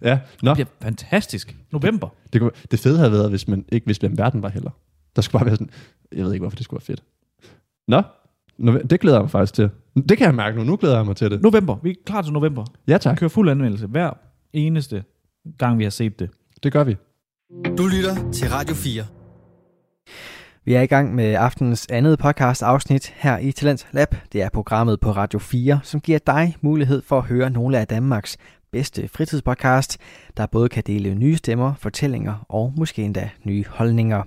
Speaker 3: Ja, nå,
Speaker 4: Det bliver fantastisk. November.
Speaker 3: det, kunne, det fede havde været, hvis man ikke vidste, hvem verden var heller. Der skulle bare være sådan, jeg ved ikke, hvorfor det skulle være fedt. Nå, nå det glæder jeg mig faktisk til. Det kan jeg mærke nu, nu glæder jeg mig til det.
Speaker 4: November. Vi er klar til november.
Speaker 3: Ja
Speaker 4: Vi
Speaker 3: tak,
Speaker 4: kører fuld anmeldelse hver eneste gang, vi har set det.
Speaker 3: det gør vi.
Speaker 1: Du lytter til Radio 4.
Speaker 2: Vi er i gang med aftenens andet podcast afsnit her i Talent Lab. Det er programmet på Radio 4, som giver dig mulighed for at høre nogle af Danmarks bedste fritidspodcast, der både kan dele nye stemmer, fortællinger og måske endda nye holdninger.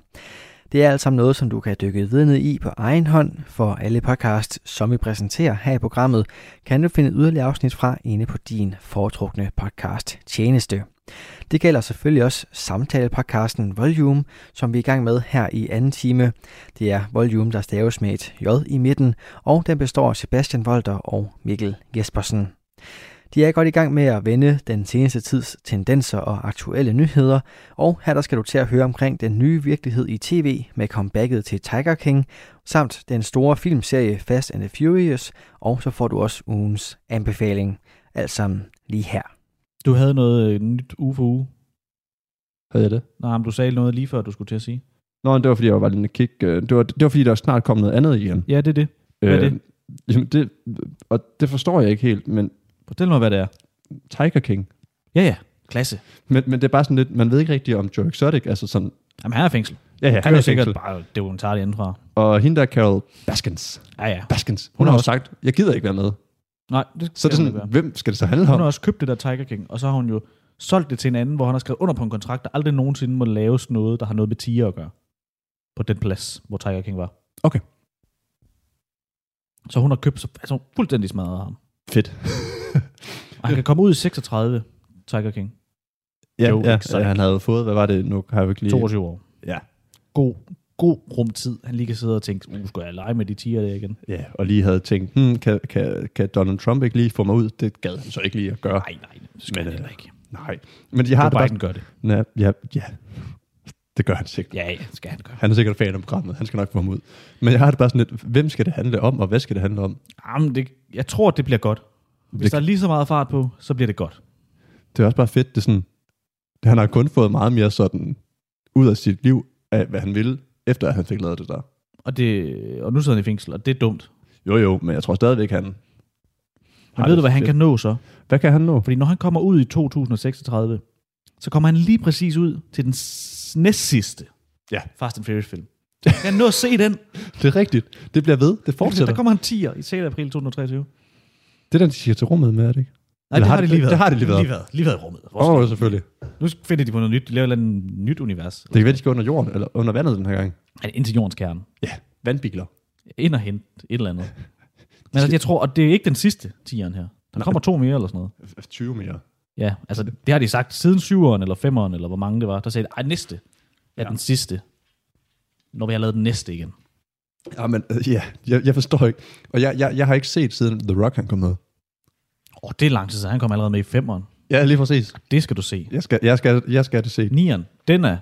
Speaker 2: Det er alt sammen noget, som du kan dykke videre ned i på egen hånd, for alle podcasts, som vi præsenterer her i programmet, kan du finde yderligere afsnit fra inde på din foretrukne podcast tjeneste. Det gælder selvfølgelig også samtalepodcasten Volume, som vi er i gang med her i anden time. Det er Volume, der staves med et J i midten, og den består af Sebastian Volter og Mikkel Jespersen. De er godt i gang med at vende den seneste tids tendenser og aktuelle nyheder, og her der skal du til at høre omkring den nye virkelighed i tv med comebacket til Tiger King, samt den store filmserie Fast and the Furious, og så får du også ugens anbefaling. Alt sammen lige her.
Speaker 4: Du havde noget øh, nyt uge for uge.
Speaker 3: Havde jeg det?
Speaker 4: Nej, men du sagde noget lige før, du skulle til at sige.
Speaker 3: Nå, men det var fordi, jeg var lidt kig. øh, Det var, det var fordi, der snart kom noget andet igen. Øh,
Speaker 4: Ja, det er det. Hvad er det?
Speaker 3: Jamen det, og det forstår jeg ikke helt, men
Speaker 4: Fortæl mig, hvad det er.
Speaker 3: Tiger King.
Speaker 4: Ja, ja. Klasse.
Speaker 3: Men, men det er bare sådan lidt, man ved ikke rigtigt om Joe Exotic, altså sådan...
Speaker 4: Jamen, han er i fængsel.
Speaker 3: Ja, ja,
Speaker 4: Han
Speaker 3: i
Speaker 4: er sikkert
Speaker 3: fængsel.
Speaker 4: bare dokumentar derindefra.
Speaker 3: Og hende der, Carol Baskins.
Speaker 4: Ja, ja.
Speaker 3: Baskins. Hun, hun har
Speaker 4: har
Speaker 3: også sagt, jeg gider ikke være med.
Speaker 4: Nej, det
Speaker 3: Så er det
Speaker 4: skal man ikke
Speaker 3: sådan,
Speaker 4: gøre.
Speaker 3: hvem skal det så handle
Speaker 4: Hun
Speaker 3: om?
Speaker 4: har også købt det der Tiger King, og så har hun jo solgt det til en anden, hvor han har skrevet under på en kontrakt, der aldrig nogensinde må laves noget, der har noget med tiger at gøre. På den plads, hvor Tiger King var.
Speaker 3: Okay.
Speaker 4: Så hun har købt sig altså, fuldstændig smadret ham.
Speaker 3: Fedt.
Speaker 4: Og han kan komme ud i 36, Tiger King.
Speaker 3: *laughs* ja,
Speaker 4: Jo,
Speaker 3: ja,
Speaker 4: exakt.
Speaker 3: ja, han havde fået, hvad var det nu? Har jeg ikke lige...
Speaker 4: 22 år.
Speaker 3: Ja.
Speaker 4: God, god rumtid. Han lige kan sidde og tænke, uh, skal jeg lege med de tiger der igen?
Speaker 3: Ja, og lige havde tænkt, hmm, kan, kan, kan Donald Trump ikke lige få mig ud? Det gad han så ikke lige at gøre.
Speaker 4: Nej, nej, det skal
Speaker 3: Men, øh,
Speaker 4: han heller ikke.
Speaker 3: Nej. Men de har
Speaker 4: Joe
Speaker 3: det bare
Speaker 4: Biden gør det.
Speaker 3: Ja, ja, ja, det gør han sikkert.
Speaker 4: Ja, ja, det skal han gøre.
Speaker 3: Han er sikkert fan af programmet, han skal nok få ham ud. Men jeg har det bare sådan lidt, hvem skal det handle om, og hvad skal det handle om?
Speaker 4: Jamen, det, jeg tror, det bliver godt. Hvis
Speaker 3: Det-
Speaker 4: der er lige så meget fart på, så bliver det godt.
Speaker 3: Det er også bare fedt, det er sådan, han har kun fået meget mere sådan, ud af sit liv, af hvad han ville, efter at han fik lavet det der.
Speaker 4: Og, det, og nu sidder han i fængsel, og det er dumt.
Speaker 3: Jo jo, men jeg tror stadigvæk, han...
Speaker 4: Men
Speaker 3: Ej,
Speaker 4: ved
Speaker 3: det er
Speaker 4: du, hvad han
Speaker 3: fedt.
Speaker 4: kan nå så?
Speaker 3: Hvad kan han nå?
Speaker 4: Fordi når han kommer ud i 2036, så kommer han lige præcis ud til den s- næstsidste
Speaker 3: Ja.
Speaker 4: Fast and Furious film. Kan han nå at se den?
Speaker 3: Det er rigtigt. Det bliver ved. Det *laughs* fortsætter.
Speaker 4: Der kommer han 10'er i 6. april 2023.
Speaker 3: Det er den, de siger til rummet med, er det ikke?
Speaker 4: Nej, det
Speaker 3: Eller
Speaker 4: har, det lige været.
Speaker 3: Det har det lige været.
Speaker 4: Lige været, lige været i rummet. Hvor
Speaker 3: Åh, oh, selvfølgelig.
Speaker 4: skal- Nu finder de på noget nyt. De laver et eller andet nyt univers.
Speaker 3: Det kan være, de skal under jorden, eller under vandet den her gang.
Speaker 4: Ja, Ind til jordens kerne.
Speaker 3: Ja, vandbiler.
Speaker 4: Ind og hente et
Speaker 3: *laughs*
Speaker 4: eller andet. Men altså, jeg tror, og det er ikke den sidste 10'eren her. Der kommer to mere eller sådan noget.
Speaker 3: 20 mere.
Speaker 4: Ja, altså det har de sagt siden 7'eren eller 5'eren, eller hvor mange det var. Der sagde de, ej, næste er ja. den sidste. Når vi har lavet den næste igen.
Speaker 3: Ja, men øh, ja, jeg, jeg forstår ikke. Og jeg, jeg, jeg har ikke set siden The Rock, han kom med.
Speaker 4: Åh, oh, det er lang tid siden. Han kom allerede med i 5'eren.
Speaker 3: Ja, lige præcis.
Speaker 4: Det skal du se.
Speaker 3: Jeg skal, jeg skal, jeg skal have det set.
Speaker 4: 9'eren, den er,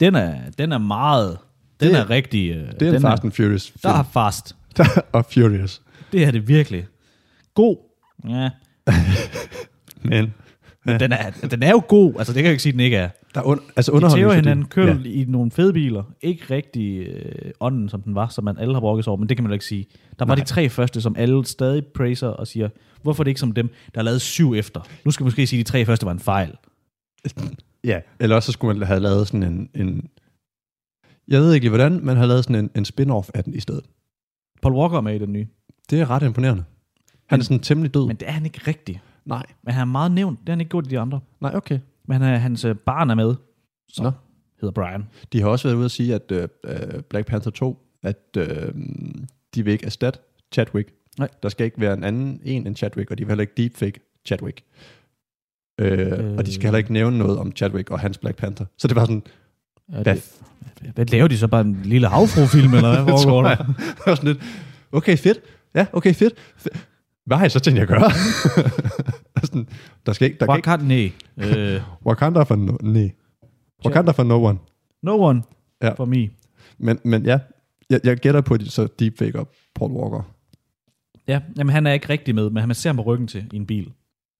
Speaker 4: den er, den er meget, den
Speaker 3: Det-
Speaker 4: er rigtig, øh,
Speaker 3: Det er
Speaker 4: den
Speaker 3: en Fast and Furious
Speaker 4: der er
Speaker 3: film.
Speaker 4: fast.
Speaker 3: *laughs* Der og Furious.
Speaker 4: Det er det virkelig. God. Ja,
Speaker 3: Men
Speaker 4: den er, den er jo god. Altså, det kan jeg ikke sige, den ikke er.
Speaker 3: der er un, altså
Speaker 4: De
Speaker 3: underholdning.
Speaker 4: tæver
Speaker 3: fordi-
Speaker 4: hinanden, kører ja. i nogle fede biler. Ikke rigtig øh, ånden, som den var, som man alle har brokket sig over, men det kan man jo ikke sige. Der var Nej. de tre første, som alle stadig praiser og siger, hvorfor er det ikke som dem, der har lavet syv efter? Nu skal vi måske sige, at de tre første var en fejl.
Speaker 3: Ja. ja. Eller også så skulle man have lavet sådan en, en jeg ved ikke lige hvordan, man har lavet sådan en, en spin-off af den i stedet.
Speaker 4: Paul Walker er med i den nye,
Speaker 3: Det er ret imponerende. Han er sådan temmelig død.
Speaker 4: men det er han ikke rigtig.
Speaker 3: nej,
Speaker 4: Men han er meget nævnt, det har han ikke gjort i de andre.
Speaker 3: nej, okay.
Speaker 4: Men han er, hans øh, barn er med,
Speaker 3: Så. Nå.
Speaker 4: hedder Brian.
Speaker 3: De har også været ude at sige, at øh, øh, Black Panther 2, at øh, de vil ikke erstatte Chadwick.
Speaker 4: Nej.
Speaker 3: Der skal ikke være en anden en end Chadwick, og de vil heller ikke deepfake Chadwick. Øh, øh. Og de skal heller ikke nævne noget om Chadwick og hans Black Panther. Så det var sådan,
Speaker 4: Ja,
Speaker 3: hvad
Speaker 4: det, hvad laver de så? Bare en lille havfrufilm, eller hvad
Speaker 3: Det
Speaker 4: foregår
Speaker 3: tror
Speaker 4: der?
Speaker 3: *laughs* jeg. Jeg var sådan lidt, okay, fedt. Ja, okay, fedt. Fe- Hvad har jeg så tænkt, jeg *laughs* gør? sådan, der skal ikke... Der kan ikke
Speaker 4: Wakanda, nej. Øh,
Speaker 3: Wakanda for no, nej. Wakanda for no one.
Speaker 4: no one
Speaker 3: Ja.
Speaker 4: for me.
Speaker 3: Men, men ja, jeg, jeg gætter på, at de så deepfaker Paul Walker.
Speaker 4: Ja, jamen, han er ikke rigtig med, men man ser ham på ryggen til i en bil.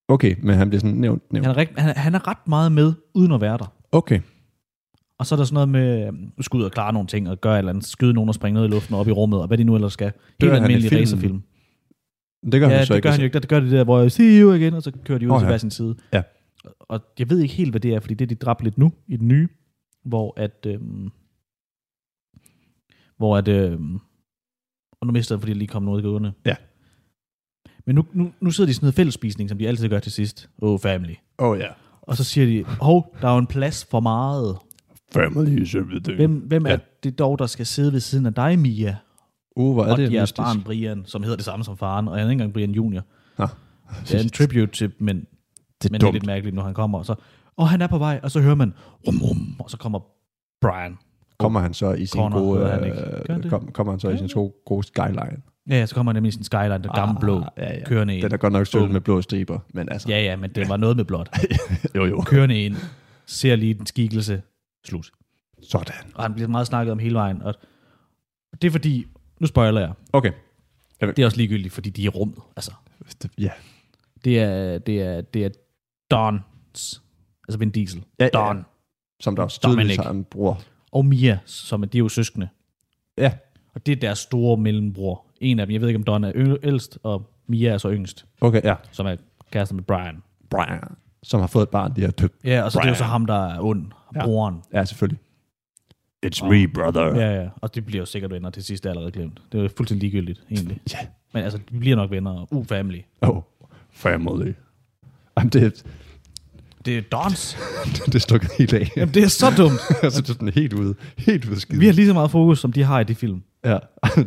Speaker 3: Okay, men han bliver sådan nævnt. nævnt.
Speaker 4: Han er, rigt, han, er- han er ret meget med, uden at være der.
Speaker 3: Okay.
Speaker 4: Og så er der sådan noget med, øhm, du skal ud og klare nogle ting, og gøre et eller andet, skyde nogen og springe noget i luften og op i rummet, og hvad de nu ellers skal.
Speaker 3: Dør
Speaker 4: Helt
Speaker 3: han i
Speaker 4: almindelig
Speaker 3: filmen?
Speaker 4: racerfilm.
Speaker 3: Det gør
Speaker 4: Ja,
Speaker 3: han jo så
Speaker 4: det
Speaker 3: ikke.
Speaker 4: gør han jo ikke. Det gør det der, hvor jeg see you igen, og så kører de ud
Speaker 3: Åh,
Speaker 4: oh, til
Speaker 3: ja.
Speaker 4: hver sin side.
Speaker 3: Ja.
Speaker 4: Og jeg ved ikke helt, hvad det er, fordi det er de dræbt lidt nu, i den nye, hvor at... Øhm, hvor at... Øhm, og nu mister jeg, fordi jeg lige kom noget gående.
Speaker 3: Ja.
Speaker 4: Men nu, nu, nu sidder de i sådan noget fællesspisning, som de altid gør til sidst. Oh, family.
Speaker 3: Åh oh, ja.
Speaker 4: Og så siger de, hov, der er jo en plads for meget.
Speaker 3: Family is everything.
Speaker 4: Hvem, hvem ja.
Speaker 3: Ja.
Speaker 4: er det dog, der skal sidde ved siden af dig, Mia?
Speaker 3: Uh, hvor er
Speaker 4: Og
Speaker 3: det
Speaker 4: jeres
Speaker 3: mystisk.
Speaker 4: barn, Brian, som hedder det samme som faren, og han er ikke engang Brian Junior.
Speaker 3: Nå.
Speaker 4: Det er en tribute til, men det er, men det er
Speaker 3: dumt.
Speaker 4: lidt mærkeligt, når han kommer. Og, så, og han er på vej, og så hører man, rum, rum, og så kommer Brian.
Speaker 3: Kommer han så i sin
Speaker 4: Connor
Speaker 3: gode...
Speaker 4: hedder han ikke. Gør han det?
Speaker 3: øh, kom, kommer han så i sin gode, gode skyline.
Speaker 4: Ja, ja, så kommer han nemlig i sin skyline, den gamle blå,
Speaker 3: Ah, ja, ja.
Speaker 4: kørende ind.
Speaker 3: Den er godt nok sølv
Speaker 4: Åh.
Speaker 3: med blå striber, men altså...
Speaker 4: Ja, ja, men det var noget med blot.
Speaker 3: *laughs* Jo, jo.
Speaker 4: Kørende ind, ser lige den skikkelse, slut.
Speaker 3: Sådan.
Speaker 4: Og han bliver meget snakket om hele vejen. Og det er fordi, nu spoiler jeg,
Speaker 3: Okay.
Speaker 4: det er også ligegyldigt, fordi de er i rummet. Altså,
Speaker 3: Ja.
Speaker 4: Det er, det er, det er Dons, altså Vin Diesel,
Speaker 3: Ja, ja.
Speaker 4: Don
Speaker 3: Som der også
Speaker 4: Dominic.
Speaker 3: tydeligt har en bror.
Speaker 4: og Mia, som er, de er jo søskende.
Speaker 3: Ja.
Speaker 4: Og det er deres store mellembror. En af dem, jeg ved ikke om Don er yng- ældst, og Mia er så yngst,
Speaker 3: Okay, ja.
Speaker 4: som er kærester med Brian.
Speaker 3: Brian. Som har fået et barn, de har døbt.
Speaker 4: Ja, og så det er jo så
Speaker 3: Brian.
Speaker 4: ham, der er ond,
Speaker 3: Ja.
Speaker 4: broren.
Speaker 3: Ja, selvfølgelig. It's me, brother. Ja.
Speaker 4: Ja, ja, og det bliver jo sikkert venner til sidst, det er allerede glemt. Det er jo fuldstændig ligegyldigt, *laughs* egentlig.
Speaker 3: ja.
Speaker 4: Men altså, de bliver nok venner, og u-family.
Speaker 3: Oh, family. Jamen, det,
Speaker 4: Det er *laughs* dons.
Speaker 3: *laughs* det stukker helt af.
Speaker 4: Jamen, det er så dumt.
Speaker 3: *laughs* altså, det er sådan helt ude. Helt ude skide.
Speaker 4: Vi har lige så meget fokus, som de har i de film.
Speaker 3: Ja. *laughs*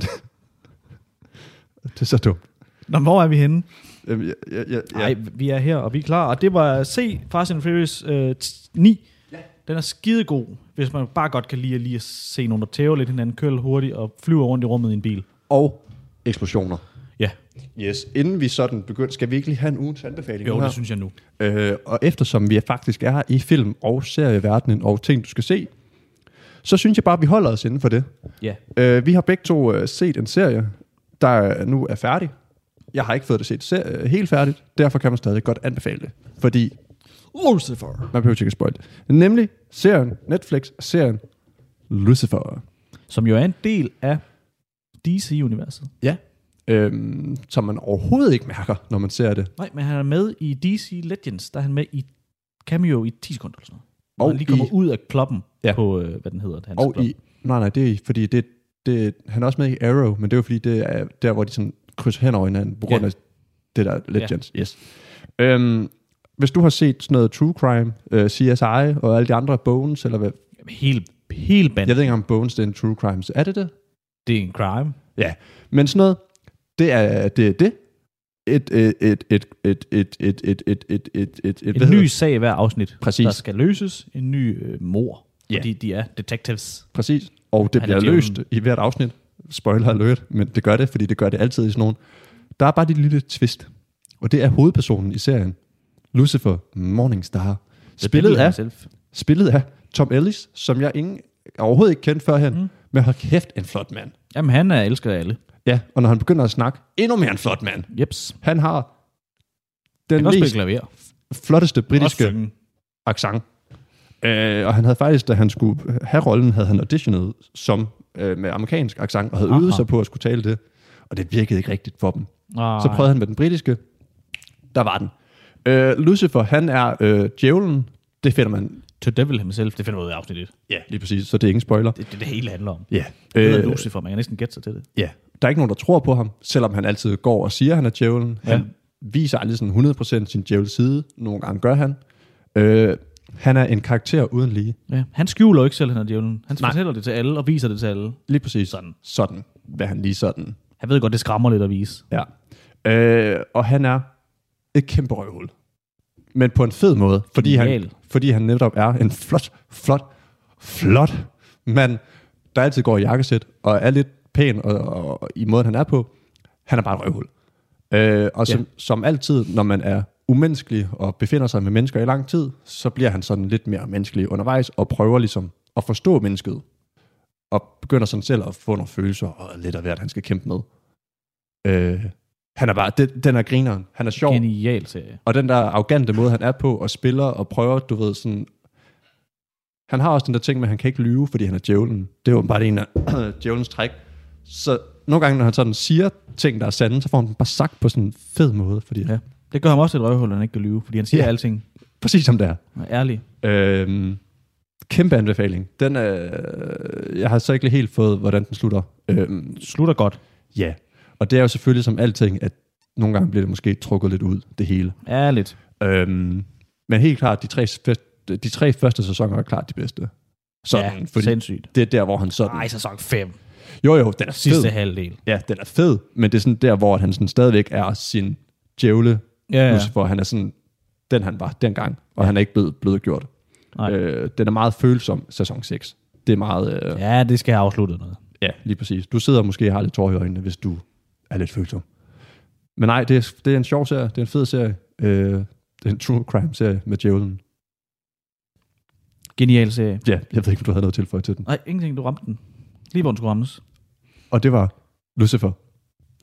Speaker 3: det er så dumt.
Speaker 4: Nå, men hvor er vi henne?
Speaker 3: Jamen, jeg, jeg, jeg,
Speaker 4: Nej, vi er her, og vi er klar. Og det var se Fast and Furious øh, t- 9. Den er skidegod, hvis man bare godt kan lide at, lige at se nogen, der tæver lidt hinanden, køle hurtigt og flyver rundt i rummet i en bil.
Speaker 3: Og eksplosioner.
Speaker 4: Ja,
Speaker 3: Yes. Inden vi sådan begynder, skal vi ikke lige have en ugens anbefaling? nu
Speaker 4: jo,
Speaker 3: her?
Speaker 4: det synes jeg nu.
Speaker 3: Øh, og eftersom vi faktisk er i film- og serieverdenen og ting, du skal se, så synes jeg bare, at vi holder os inden for det.
Speaker 4: Ja.
Speaker 3: Øh, vi har begge to øh, set en serie, der øh, nu er færdig. Jeg har ikke fået det set ser- øh, helt færdigt, derfor kan man stadig godt anbefale det. Fordi
Speaker 1: Lucifer.
Speaker 3: man behøver ikke at spoil det. Nemlig serien, Netflix-serien Lucifer.
Speaker 4: Som jo er en del af DC-universet.
Speaker 3: Ja. Øhm, som man overhovedet ikke mærker, når man ser det.
Speaker 4: Nej, men han er med i DC Legends. Der er han med i cameo i 10 sekunder eller sådan noget. Hvor
Speaker 3: Og
Speaker 4: han lige kommer
Speaker 3: i-
Speaker 4: ud af kloppen
Speaker 3: Ja.
Speaker 4: ja. på, øh, hvad den hedder, hans
Speaker 3: Og
Speaker 4: klub.
Speaker 3: i, nej, nej, det er fordi, det, det, han er også med i Arrow, men det er jo fordi, det er der, hvor de sådan krydser hen over hinanden, på grund
Speaker 4: Ja.
Speaker 3: af det der Legends. Yes. Øhm, hvis du har set sådan noget True Crime, øh, CSI og alle de andre Bones, eller hvad,
Speaker 4: Jamen, hele, hele
Speaker 3: jeg
Speaker 4: bandet.
Speaker 3: ved ikke om Bones det er en True Crime, så er det det?
Speaker 4: Det er en crime.
Speaker 3: Ja, men sådan noget, det er det. Er det. Et, et, et, et, et, et, et, et, et, et, et, et, et,
Speaker 4: En ny sag i hver afsnit,
Speaker 3: Præcis.
Speaker 4: der skal løses. En ny øh, mor,
Speaker 3: Ja.
Speaker 4: yeah. fordi de er detectives.
Speaker 3: Præcis. Og det
Speaker 4: Han
Speaker 3: bliver
Speaker 4: er djævlen.
Speaker 3: løst i hvert afsnit. Spoiler alert, men det gør det, fordi det gør det altid i sådan nogen. Der er bare det lille twist, og det er hovedpersonen i serien. Lucifer Morningstar. Spillet af,
Speaker 4: Selv.
Speaker 3: spillet af Tom Ellis, som jeg ingen, overhovedet ikke kendte førhen, mm. men hold kæft, en flot mand.
Speaker 4: Jamen, han er elsket af alle.
Speaker 3: Ja, og når han begynder at snakke, endnu mere en flot mand.
Speaker 4: Jeps.
Speaker 3: Han har
Speaker 4: Han
Speaker 3: den
Speaker 4: kan også spille
Speaker 3: mest
Speaker 4: klaver.
Speaker 3: flotteste
Speaker 4: Også
Speaker 3: britiske
Speaker 4: synge.
Speaker 3: accent. Øh, og han havde faktisk, da han skulle have rollen, havde han auditionet som øh, med amerikansk accent, og havde øvet
Speaker 4: Aha.
Speaker 3: sig på at skulle tale det. Og det virkede ikke rigtigt for dem.
Speaker 4: Nej.
Speaker 3: Så prøvede han med den britiske. Der var den. Øh, Lucifer, han er øh, djævlen. Det finder man.
Speaker 4: To Devil himself, det finder vi ud af i afsnit 1.
Speaker 3: Ja, lige præcis. Så det er ingen spoiler.
Speaker 4: Det er det, det hele handler om.
Speaker 3: Ja.
Speaker 4: Det
Speaker 3: Øh,
Speaker 4: hedder Lucifer, man kan næsten gætte sig til det.
Speaker 3: ja. Der er ikke nogen, der tror på ham, selvom han altid går og siger, at han er djævlen. Ja. Han viser aldrig sådan 100% sin djævels side. Nogle gange gør han. Øh, han er en karakter uden lige.
Speaker 4: Ja. Han skjuler jo ikke selv, han er djævlen. Han fortæller det til alle og viser det til alle.
Speaker 3: Lige præcis.
Speaker 4: Sådan.
Speaker 3: Sådan. Hvad han lige sådan.
Speaker 4: Han ved godt, det skræmmer lidt at vise.
Speaker 3: Ja. Øh, og han er et kæmpe røvhul. Men på en fed måde. Fordi han,
Speaker 4: Genial.
Speaker 3: fordi han netop er en flot, flot, flot mand, der altid går i jakkesæt og er lidt pæn og, og, og, i måden, han er på. Han er bare et røvhul. Øh, og som, ja.
Speaker 4: Ja.
Speaker 3: som altid, når man er umenneskelig og befinder sig med mennesker i lang tid, så bliver han sådan lidt mere menneskelig undervejs og prøver ligesom at forstå mennesket. Og begynder sådan selv at få nogle følelser og lidt af hvert, han skal kæmpe med. Øh, han er bare, den, den er grineren. Han er sjov.
Speaker 4: Genial serie.
Speaker 3: Og den der arrogante måde, han er på og spiller og prøver, du ved, sådan... Han har også den der ting med, at han kan ikke lyve, fordi han er djævlen. Det er jo bare en af *clears throat* djævelens træk. Så nogle gange, når han sådan siger ting, der er sande, så får han dem bare sagt på sådan en fed måde, fordi ja.
Speaker 4: Ja. Det gør ham også et røvhul, at han ikke kan lyve, fordi han siger
Speaker 3: Ja.
Speaker 4: ja. alting.
Speaker 3: præcis som det er.
Speaker 4: Han er ærlig.
Speaker 3: Øhm, kæmpe anbefaling. Den, øh, jeg har så ikke lige helt fået, hvordan den slutter. Øhm,
Speaker 4: Slutter godt.
Speaker 3: ja. Og det er jo selvfølgelig som alting, at nogle gange bliver det måske trukket lidt ud, det hele.
Speaker 4: Ja, lidt.
Speaker 3: Øhm, men helt klart, de tre, fest- de tre første sæsoner er klart de bedste. Sådan, ja,
Speaker 4: ja,
Speaker 3: fordi
Speaker 4: sindssygt.
Speaker 3: det er der, hvor han sådan...
Speaker 4: Nej, sæson 5.
Speaker 3: Jo, jo, den er
Speaker 4: Sidste
Speaker 3: fed.
Speaker 4: halvdel.
Speaker 3: Ja, den er fed, men det er sådan der, hvor han sådan stadigvæk er sin djævle,
Speaker 4: Ja,
Speaker 3: ja.
Speaker 4: ja.
Speaker 3: Lucifer. Han er sådan den, han var dengang, og han er ikke blevet, blevet gjort.
Speaker 4: Nej.
Speaker 3: Øh, den er meget følsom, sæson 6. Det er meget... Øh, ja.
Speaker 4: ja, det skal have afsluttet noget.
Speaker 3: ja. lige præcis. Du sidder måske og har lidt tårer i øjnene, hvis du er lidt følsom. Men nej, det er, det er en sjov serie. Det er en fed serie. Øh, det er en true crime-serie med djævlen.
Speaker 4: Genial serie.
Speaker 3: Ja, jeg ved ikke, om du havde noget tilføjet til den.
Speaker 4: Nej, ingenting, du ramte den. Lige hvor den skulle rammes.
Speaker 3: Og det var Lucifer,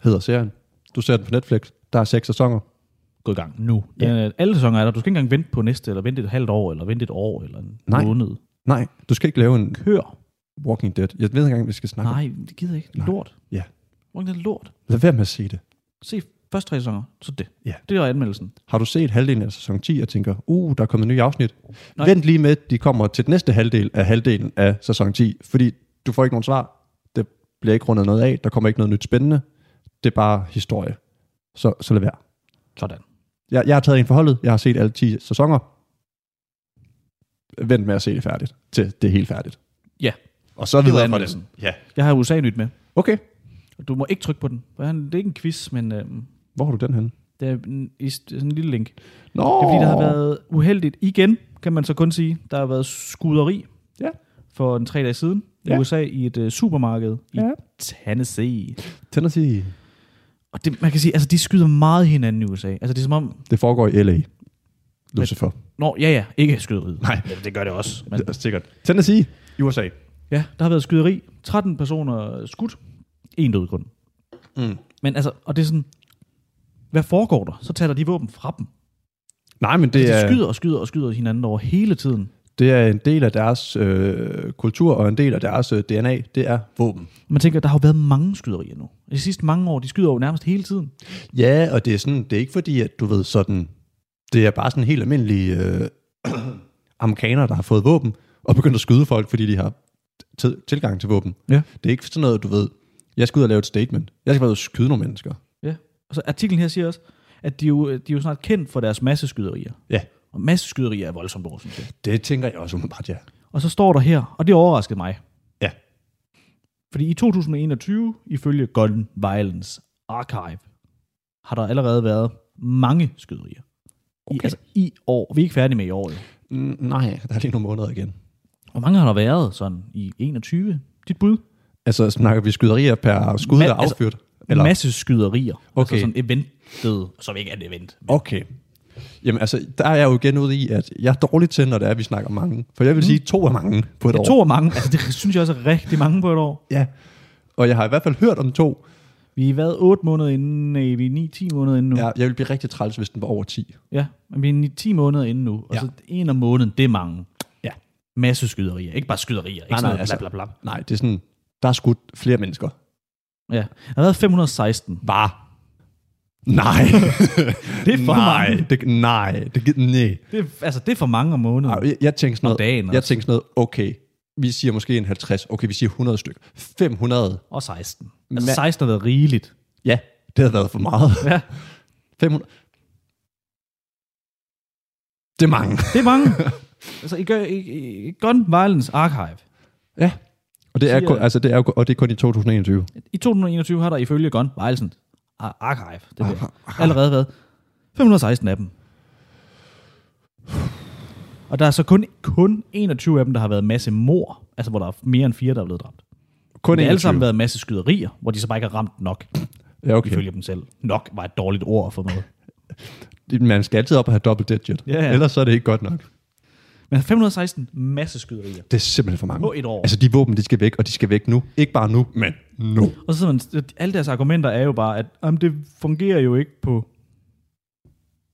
Speaker 3: hedder serien. Du ser den på Netflix. Der er seks sæsoner.
Speaker 4: Gå i gang nu. Den, ja. Alle sæsoner er der. Du skal ikke engang vente på næste, eller vente et halvt år, eller vente et år, eller en
Speaker 3: Nej.
Speaker 4: måned.
Speaker 3: Nej, du skal ikke lave en
Speaker 4: Kør.
Speaker 3: Walking Dead. Jeg ved ikke engang, om vi skal snakke. om-
Speaker 4: Nej, det gider jeg ikke. Det er
Speaker 3: Nej.
Speaker 4: lort.
Speaker 3: Ja.
Speaker 4: Hvor er det lort?
Speaker 3: Lad være med at se det.
Speaker 4: Se første tre sæsoner, så det.
Speaker 3: Ja.
Speaker 4: Det er anmeldelsen.
Speaker 3: Har du set halvdelen af sæson 10 og tænker, uh, der er kommet nye afsnit. Nej.
Speaker 4: Nej.
Speaker 3: Vent lige med, at de kommer til den næste halvdel af halvdelen af sæson 10, fordi du får ikke nogen svar. Det bliver ikke rundet noget af. Der kommer ikke noget nyt spændende. Det er bare historie. Så, så lad være.
Speaker 4: Sådan.
Speaker 3: Jeg, jeg har taget en forholdet. Jeg har set alle 10 sæsoner. vent med at se det færdigt, til det er helt færdigt.
Speaker 4: Ja,
Speaker 3: Og så videre fra det.
Speaker 4: anmeldelsen.
Speaker 3: Ja.
Speaker 4: jeg har USA-nyt med.
Speaker 3: Okay.
Speaker 4: Og Du må ikke trykke på den. For han- Det er ikke en quiz, men øhm,
Speaker 3: Hvor har du den henne?
Speaker 4: det er en, i- sådan en lille link.
Speaker 3: Nå.
Speaker 4: Det er fordi, der har været uheldigt igen, kan man så kun sige. Der har været skuderi
Speaker 3: Ja.
Speaker 4: for en tre dage siden i
Speaker 3: Ja.
Speaker 4: USA i et øh, supermarked i
Speaker 3: Ja.
Speaker 4: Tennessee.
Speaker 3: Tennessee.
Speaker 4: Og det, man kan sige, altså de skyder meget hinanden i USA. Altså det er som om,
Speaker 3: Det foregår i L.A. Lucifer.
Speaker 4: nå ja ja, ikke skyderiet.
Speaker 3: Nej.
Speaker 4: Ja, det gør det også. Men,
Speaker 3: Det er sikkert. Tennessee. USA.
Speaker 4: ja, der har været skyderi. 13 personer skudt. En død kun.
Speaker 3: Mm.
Speaker 4: Men altså, og det er sådan, hvad foregår der? Så tager de våben fra dem.
Speaker 3: Nej, men
Speaker 4: Altså, Det
Speaker 3: det
Speaker 4: er...
Speaker 3: er,
Speaker 4: De skyder og skyder og skyder hinanden over hele tiden.
Speaker 3: det er en del af deres øh, kultur, og en del af deres øh, DNA, det er våben.
Speaker 4: Man tænker, der har jo været mange skyderier nu. De sidste mange år, de skyder jo nærmest hele tiden.
Speaker 3: Ja, og det er sådan, det er ikke fordi, at du ved sådan, det er bare sådan helt almindelige øh, *clears throat* amerikanere, der har fået våben, og begyndt at skyde folk, fordi de har t- tilgang til våben.
Speaker 4: Ja.
Speaker 3: Det er ikke sådan noget, du ved, jeg skal ud og lave et statement. Jeg skal bare ud og skyde nogle mennesker.
Speaker 4: Ja. Og så artiklen her siger også, at de jo, de er jo snart kendt for deres masseskyderier.
Speaker 3: Ja,
Speaker 4: Og masseskyderier er voldsomt ord, synes jeg.
Speaker 3: det tænker jeg også umiddelbart, ja.
Speaker 4: Og så står der her, og det overraskede mig.
Speaker 3: Ja.
Speaker 4: Fordi i 2021, ifølge Gun Violence Archive, har der allerede været mange skyderier. Okay. I, altså i år. Vi er ikke færdige med i år, jo.
Speaker 3: Mm, nej, der er lige nogle måneder igen.
Speaker 4: Hvor mange har der været sådan i 21? Dit bud?
Speaker 3: Altså, snakker vi skyderier per skud,
Speaker 4: Ma-
Speaker 3: der er
Speaker 4: altså,
Speaker 3: affyret?
Speaker 4: Eller? Masse skyderier.
Speaker 3: Okay.
Speaker 4: Altså sådan eventet, som ikke er et event.
Speaker 3: Okay. Jamen altså, der er jeg jo igen ude i, at jeg er dårlig til, når det er, at vi snakker mange. For jeg vil sige, to er mange på et
Speaker 4: Ja,
Speaker 3: år.
Speaker 4: to er mange. Altså det synes jeg også er rigtig mange på et år.
Speaker 3: Ja. Og jeg har i hvert fald hørt om to.
Speaker 4: Vi er været 8 måneder inden, nej, vi er 9-10 måneder inden nu.
Speaker 3: Ja, jeg ville blive rigtig træls, hvis den var over 10.
Speaker 4: Ja, men vi er 10 måneder inde nu, og
Speaker 3: Ja.
Speaker 4: ja. så en om måneden, det er mange.
Speaker 3: Ja.
Speaker 4: Masse skyderier, ikke bare skyderier, ikke
Speaker 3: Nej, nej,
Speaker 4: sådan noget
Speaker 3: altså.
Speaker 4: bla, bla, bla.
Speaker 3: Nej, det er sådan, der er skudt flere mennesker.
Speaker 4: Ja. Der har været 516.
Speaker 3: Bare. Nej.
Speaker 4: *laughs* Det er for
Speaker 3: nej,
Speaker 4: mange.
Speaker 3: Det, nej, det gid- nej.
Speaker 4: Det er, altså, det er for mange om måneden.
Speaker 3: nej. Jeg, jeg tænkte sådan noget,
Speaker 4: dagen altså.
Speaker 3: jeg
Speaker 4: også.
Speaker 3: tænkte sådan noget, okay, vi siger måske en 50, okay, vi siger 100 stykker. 500.
Speaker 4: Og 16. Altså,
Speaker 3: Ma-
Speaker 4: 16 har været rigeligt.
Speaker 3: Ja, det havde været for meget.
Speaker 4: Ja.
Speaker 3: 500. Det er mange.
Speaker 4: Det er
Speaker 3: *laughs*
Speaker 4: mange. altså, I gør, I, I, Gun Violence Archive.
Speaker 3: Ja. Og det, er
Speaker 4: Siger-
Speaker 3: kun, altså det er, jo- og det er kun i 2021.
Speaker 4: I 2021 har der ifølge Gun Violence Ar- Archive, det der, allerede været 516 af dem. Og der er så kun, kun 21 af dem, der har været masse mor, altså hvor der er mere end fire, der er blevet dræbt.
Speaker 3: Kun
Speaker 4: Det har alle sammen
Speaker 3: 21.
Speaker 4: været en masse skyderier, hvor de så bare ikke har ramt nok,
Speaker 3: Ja, okay.
Speaker 4: ifølge dem selv. Nok var et dårligt ord at få
Speaker 3: *laughs*
Speaker 4: med.
Speaker 3: Man skal altid op og have dobbelt digit.
Speaker 4: Ja, ja.
Speaker 3: Ellers så er det ikke godt nok.
Speaker 4: Men 516 masse skyderier.
Speaker 3: Det er simpelthen for mange.
Speaker 4: På et år.
Speaker 3: Altså, de våben, de skal væk, og de skal væk nu. Ikke bare nu, men nu.
Speaker 4: Og så sidder man, alle deres argumenter er jo bare, at jamen, det fungerer jo ikke på...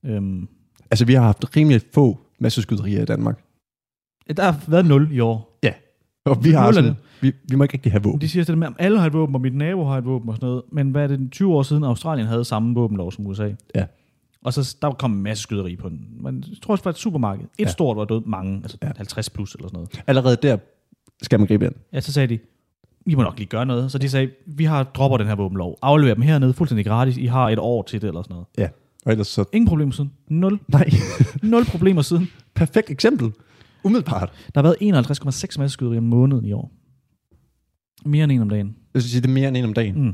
Speaker 4: Øhm,
Speaker 3: Altså, vi har haft rimelig få masseskyderier i Danmark.
Speaker 4: der har været 0 i år.
Speaker 3: Ja. Og vi har
Speaker 4: Nullerne.
Speaker 3: sådan, vi, vi må ikke rigtig have våben.
Speaker 4: De siger til det med, at alle har et våben, og mit nabo har et våben og sådan noget. Men hvad er det, 20 år siden Australien havde samme våbenlov som USA?
Speaker 3: Ja.
Speaker 4: Og så der kom en masse skyderi på den. Men jeg tror også, det var et supermarked. Et
Speaker 3: Ja.
Speaker 4: ja. stort var død mange, altså
Speaker 3: Ja.
Speaker 4: ja. 50 plus eller sådan noget.
Speaker 3: Allerede der skal man gribe ind.
Speaker 4: Ja, så sagde de, I må nok lige gøre noget. Så de sagde, vi har dropper den her våbenlov. Aflever dem hernede fuldstændig gratis. I har et år til det eller sådan noget.
Speaker 3: Ja. Og ellers så...
Speaker 4: Ingen problemer siden. Nul.
Speaker 3: Nej.
Speaker 4: Nul problemer siden.
Speaker 3: *laughs* Perfekt eksempel. Umiddelbart.
Speaker 4: Der har været 51,6 masseskyderier om måneden i år. Mere end en om dagen.
Speaker 3: Jeg vil sige, det er mere end en om dagen.
Speaker 4: Mm.